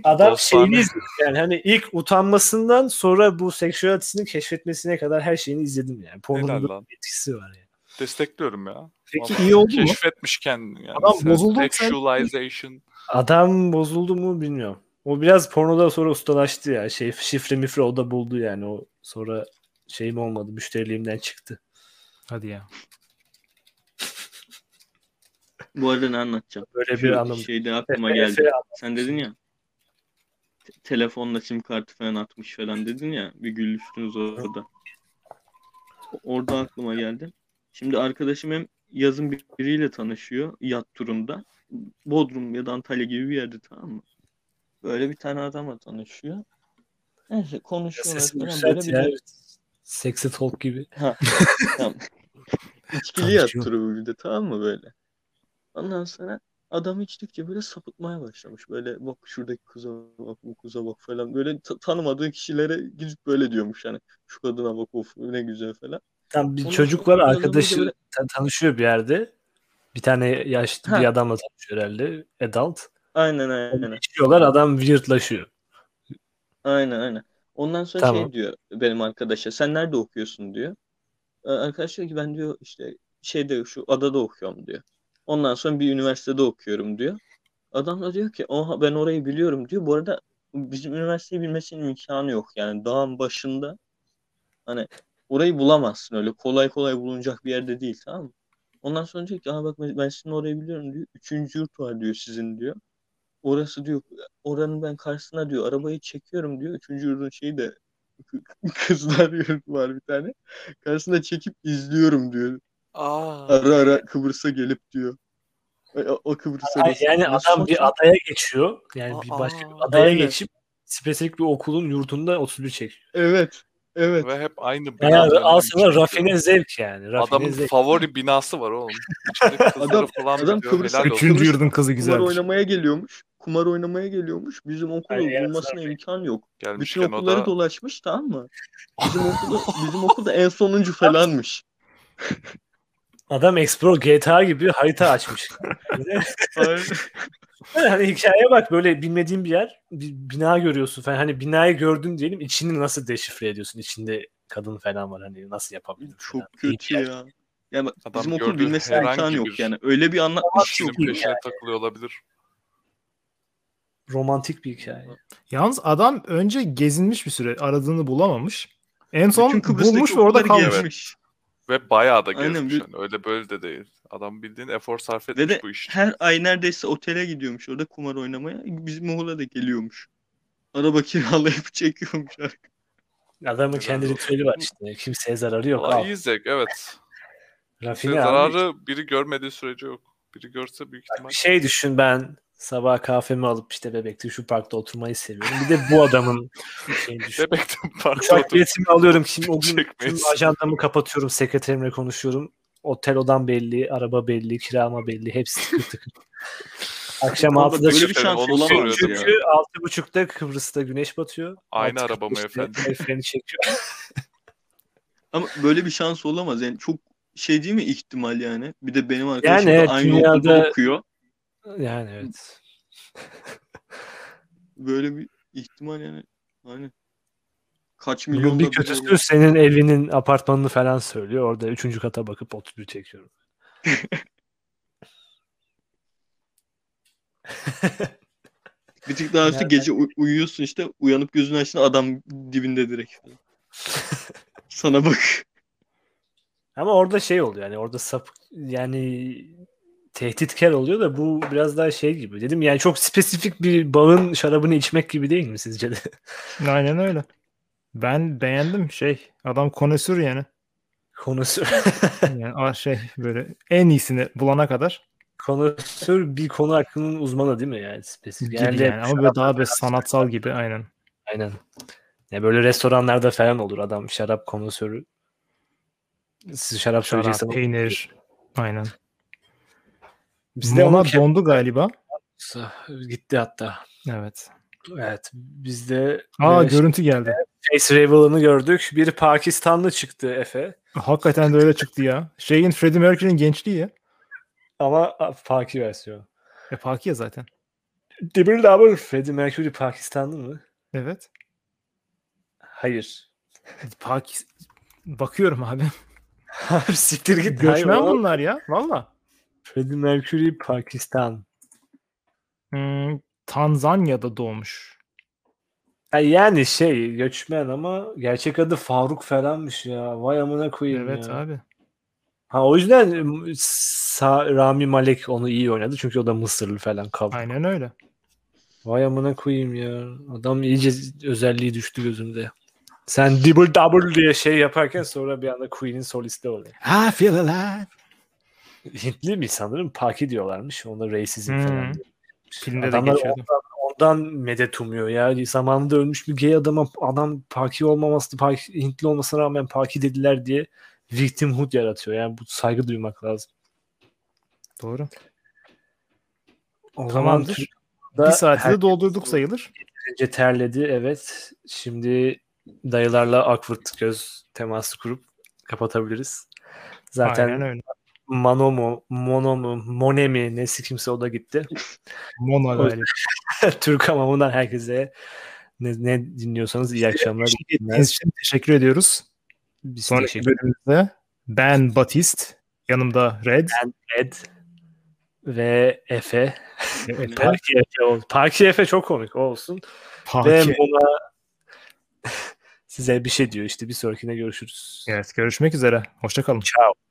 Adam
Dostane.
şeyini izledim yani hani ilk utanmasından sonra bu seksüalitesini keşfetmesine kadar her şeyini izledim yani.
Helal
Pornonun böyle
lan.
bir etkisi var yani.
destekliyorum ya.
Peki
Vallahi
iyi oldu mu?
Keşfetmiş kendini. Yani.
Adam
Sen
bozuldu mu sen?
Sexualization.
Adam bozuldu mu bilmiyorum. O biraz pornoda sonra ustalaştı ya. Şey şifre mifre o da buldu yani. O sonra şeyim olmadı. Müşteriliğimden çıktı.
Hadi ya.
Bu arada ne anlatacağım?
Böyle bir
Şu
anım.
şeyde aklıma geldi. Sen dedin ya. te- telefonla sim kartı falan atmış falan dedin ya. Bir gülüştünüz orada. Orada aklıma geldi. Şimdi arkadaşım hem yazın bir- biriyle tanışıyor yat turunda. Bodrum ya da Antalya gibi bir yerde tamam mı? Böyle bir tane adamla tanışıyor. Neyse konuşuyorlar
Sesini
falan. Böyle
yükselt
bir
ya. Sexy talk gibi.
İçkili yat
Tanışıyor.
turu bir de tamam mı böyle? Ondan sonra adam içtikçe böyle sapıtmaya başlamış. Böyle bak şuradaki kıza bak bu kıza bak falan. Böyle ta- tanımadığı kişilere gidip böyle diyormuş yani. Şu kadına bak of ne güzel falan.
Tam bir
Ondan
çocuk
sonra
var
biraz
arkadaşı
olunca böyle-
tan- tanışıyor bir yerde. Bir tane yaşlı
Ha.
bir adamla tanışıyor herhalde. Adult.
Aynen aynen.
İçiyorlar adam weirdlaşıyor.
Aynen aynen. Ondan sonra
Tamam.
şey diyor benim arkadaşa sen nerede okuyorsun diyor. Ee, Arkadaş diyor ki ben diyor işte şeyde şu adada okuyorum diyor. Ondan sonra bir üniversitede okuyorum diyor. Adam da diyor ki oha ben orayı biliyorum diyor. Bu arada bizim üniversiteyi bilmesinin imkanı yok yani dağın başında. Hani orayı bulamazsın öyle kolay kolay bulunacak bir yerde değil tamam mı? Ondan sonra diyor ki Aa bak ben sizin orayı biliyorum diyor. Üçüncü yurt var diyor sizin diyor. Orası diyor oranın ben karşısına diyor arabayı çekiyorum diyor. Üçüncü yurdun şeyi de kızlar yurdu var bir tane. Karşısına çekip izliyorum diyor.
Aa.
Ara ara Kıbrıs'a gelip diyor. O, o Kıbrıs'a
Ay,
gelip-
Yani
Nasıl
adam bir
bakıyor?
adaya geçiyor. Yani bir
Aa,
başka bir adaya
aynen.
geçip spesifik bir okulun yurtunda 31 çekiyor.
Evet. Evet.
Ve hep aynı
Yani
binaların
aslında
içinde.
rafine zevk yani. Rafine
Adamın
zevk.
favori binası var oğlum. İçinde kızları
Adam-
falan
adam
diyor,
Kıbrıs'a
helal olsun.
bütün-
Üçüncü yurdun kızı
Kumar
güzelmiş.
oynamaya geliyormuş. Kumar oynamaya geliyormuş. Bizim okulun
Hayır, yani
bulmasına imkan yok. Bütün
Gelmişken o
okulları
da
dolaşmış tamam mı? Bizim okulda, bizim okulda en sonuncu falanmış.
Adam Explore GTA gibi harita açmış.
Hayır.
hani hikayeye bak böyle bilmediğin bir yer bir bina görüyorsun falan. Hani binayı gördün diyelim içini nasıl deşifre ediyorsun? İçinde kadın falan var hani nasıl yapabilirim?
Çok
falan.
kötü ya. Yani bak,
Adam
bizim okul
gördüğü
bilmesine
herhangi
imkan yok
bir-
yani. Öyle bir anlatmış ki
işçinin
okul.
peşine takılıyor olabilir.
Romantik bir hikaye.
Yalnız adam önce gezinmiş bir süre aradığını bulamamış. En son
Bütün Kıbrıs'taki
bulmuş ve orada
okulları
kalmış.
gezmiş.
Ve bayağı da
Aynen,
gezmiş.
bir-
yani. Öyle böyle de değil. Adam bildiğin efor sarf
Ve
etmiş
de
bu iş. için.
her ay neredeyse otele gidiyormuş orada kumar oynamaya. Bizim okula da geliyormuş. Araba kiralayıp çekiyormuş.
Adamın kendi
Helal
ritüeli var işte. Kimseye zararı yok.
Vallahi
Al.
iyi zevk evet. Size
Rafine abi.
zararı biri görmediği sürece yok. Biri görse büyük ihtimal.
Bir şey düşün ben sabah kahvemi alıp işte bebekte şu parkta oturmayı seviyorum. Bir de bu adamın şeyini düşün.
Bebekten parkta
Uçak
oturup
biletimi alıyorum. Şimdi o gün tüm
Çekmeyiz.
ajandamı kapatıyorum. Sekreterimle konuşuyorum. Otel odam belli, araba belli, kirama belli. Hepsi tıkır tıkır. Akşam
Ama
altıda
böyle
çık-
bir
çıkıyor,
şans
onu
olamaz
soruyordum
ya.
çünkü altı buçukta Kıbrıs'ta güneş batıyor.
Aynı
Altı
araba mı
kırk beşte
efendim?
el freni çekiyor.
Ama böyle bir şans olamaz. Yani çok şey değil mi ihtimal yani? Bir de benim arkadaşım
Yani evet,
da aynı
dünyada-
okulda okuyor.
Yani evet.
Böyle bir ihtimal yani. Hani kaç
Bunun
milyon
bir
da
kötüsü senin evinin apartmanını falan söylüyor. Orada üçüncü kata bakıp otobüs çekiyorum.
bir tık daha üstü
Nereden?
gece u- uyuyorsun işte uyanıp gözünü açtığında adam dibinde direkt. Sana bak.
Ama orada şey oluyor yani orada sap yani tehditkar oluyor da bu biraz daha şey gibi dedim yani çok spesifik bir bağın şarabını içmek gibi değil mi sizce de?
Aynen öyle. Ben beğendim şey. Adam konesör yani.
Konusör,
yani a- şey böyle en iyisini bulana kadar.
konusör bir konu hakkının uzmanı değil mi yani spesifik?
Gibi
Yani
yani. Ama böyle
şarap-
daha böyle sanatsal gibi aynen.
Aynen. Ya böyle restoranlarda falan olur adam şarap konusörü. Siz şarap
Şarap,
söyleyeceksen
peynir. Aynen.
Bizde
Mona
onu
dondu galiba.
gitti hatta.
Evet.
Evet. Bizde
Aa
e,
görüntü geldi.
Face Revel'ını gördük. Bir Pakistanlı çıktı Efe.
Hakikaten de öyle çıktı ya. Şeyin Freddie Mercury'nin gençliği ya.
Ama Paki versiyonu.
E Paki ya zaten.
Dibir Dabır. Freddie Mercury Pakistanlı mı?
Evet.
Hayır.
Paki bakıyorum abi.
Abi Siktir git.
Göçmen
Hayır, o
bunlar ya. Valla.
Freddie Mercury Pakistan.
Hmm, Tanzanya'da doğmuş.
Ha, Yani şey göçmen ama gerçek adı Faruk falanmış ya. Vay amına koyayım
Evet
ya.
abi.
Ha o yüzden m, Sa- Rami Malek onu iyi oynadı çünkü o da Mısırlı falan kavga.
Aynen öyle.
Vay amına koyayım ya. Adam iyice özelliği düştü gözümde. Sen double double diye şey yaparken sonra bir anda Queen'in solisti oluyor.
I feel alive.
Hintli mi sanırım Paki diyorlarmış. Ona racism
Hmm.
falan. diyor.
Filmde de
Adamlar
geçiyordu.
Ondan medet umuyor ya. Zamanında ölmüş bir gay adama adam Paki olmaması, Paki, Hintli olmasına rağmen Paki dediler diye victimhood yaratıyor. Yani bu saygı duymak lazım.
Doğru.
O
Tamamdır.
zaman
bir
Türkiye'de
saati de
herkes
doldurduk sayılır.
önce terledi. Evet. Şimdi dayılarla awkward göz teması kurup kapatabiliriz. Zaten
Aynen öyle.
Mano mu, Mono mu, Mone mi nesi kimse o da gitti.
Mona
O-
galiba.
Türk hamamından herkese ne, ne dinliyorsanız iyi akşamlar.
Eşlik
iyi
ettiğiniz
günler.
için teşekkür ediyoruz.
Biz
Sonraki
teşekkür
bölümümüzde ben Batist, yanımda Red,
ederiz. ve Efe.
Efe,
Parki Efe, ol. Parki Efe çok komik o olsun.
Paki.
Ve buna size bir şey diyor işte bir sonrakine görüşürüz.
Evet görüşmek üzere. Hoşçakalın.
Ciao.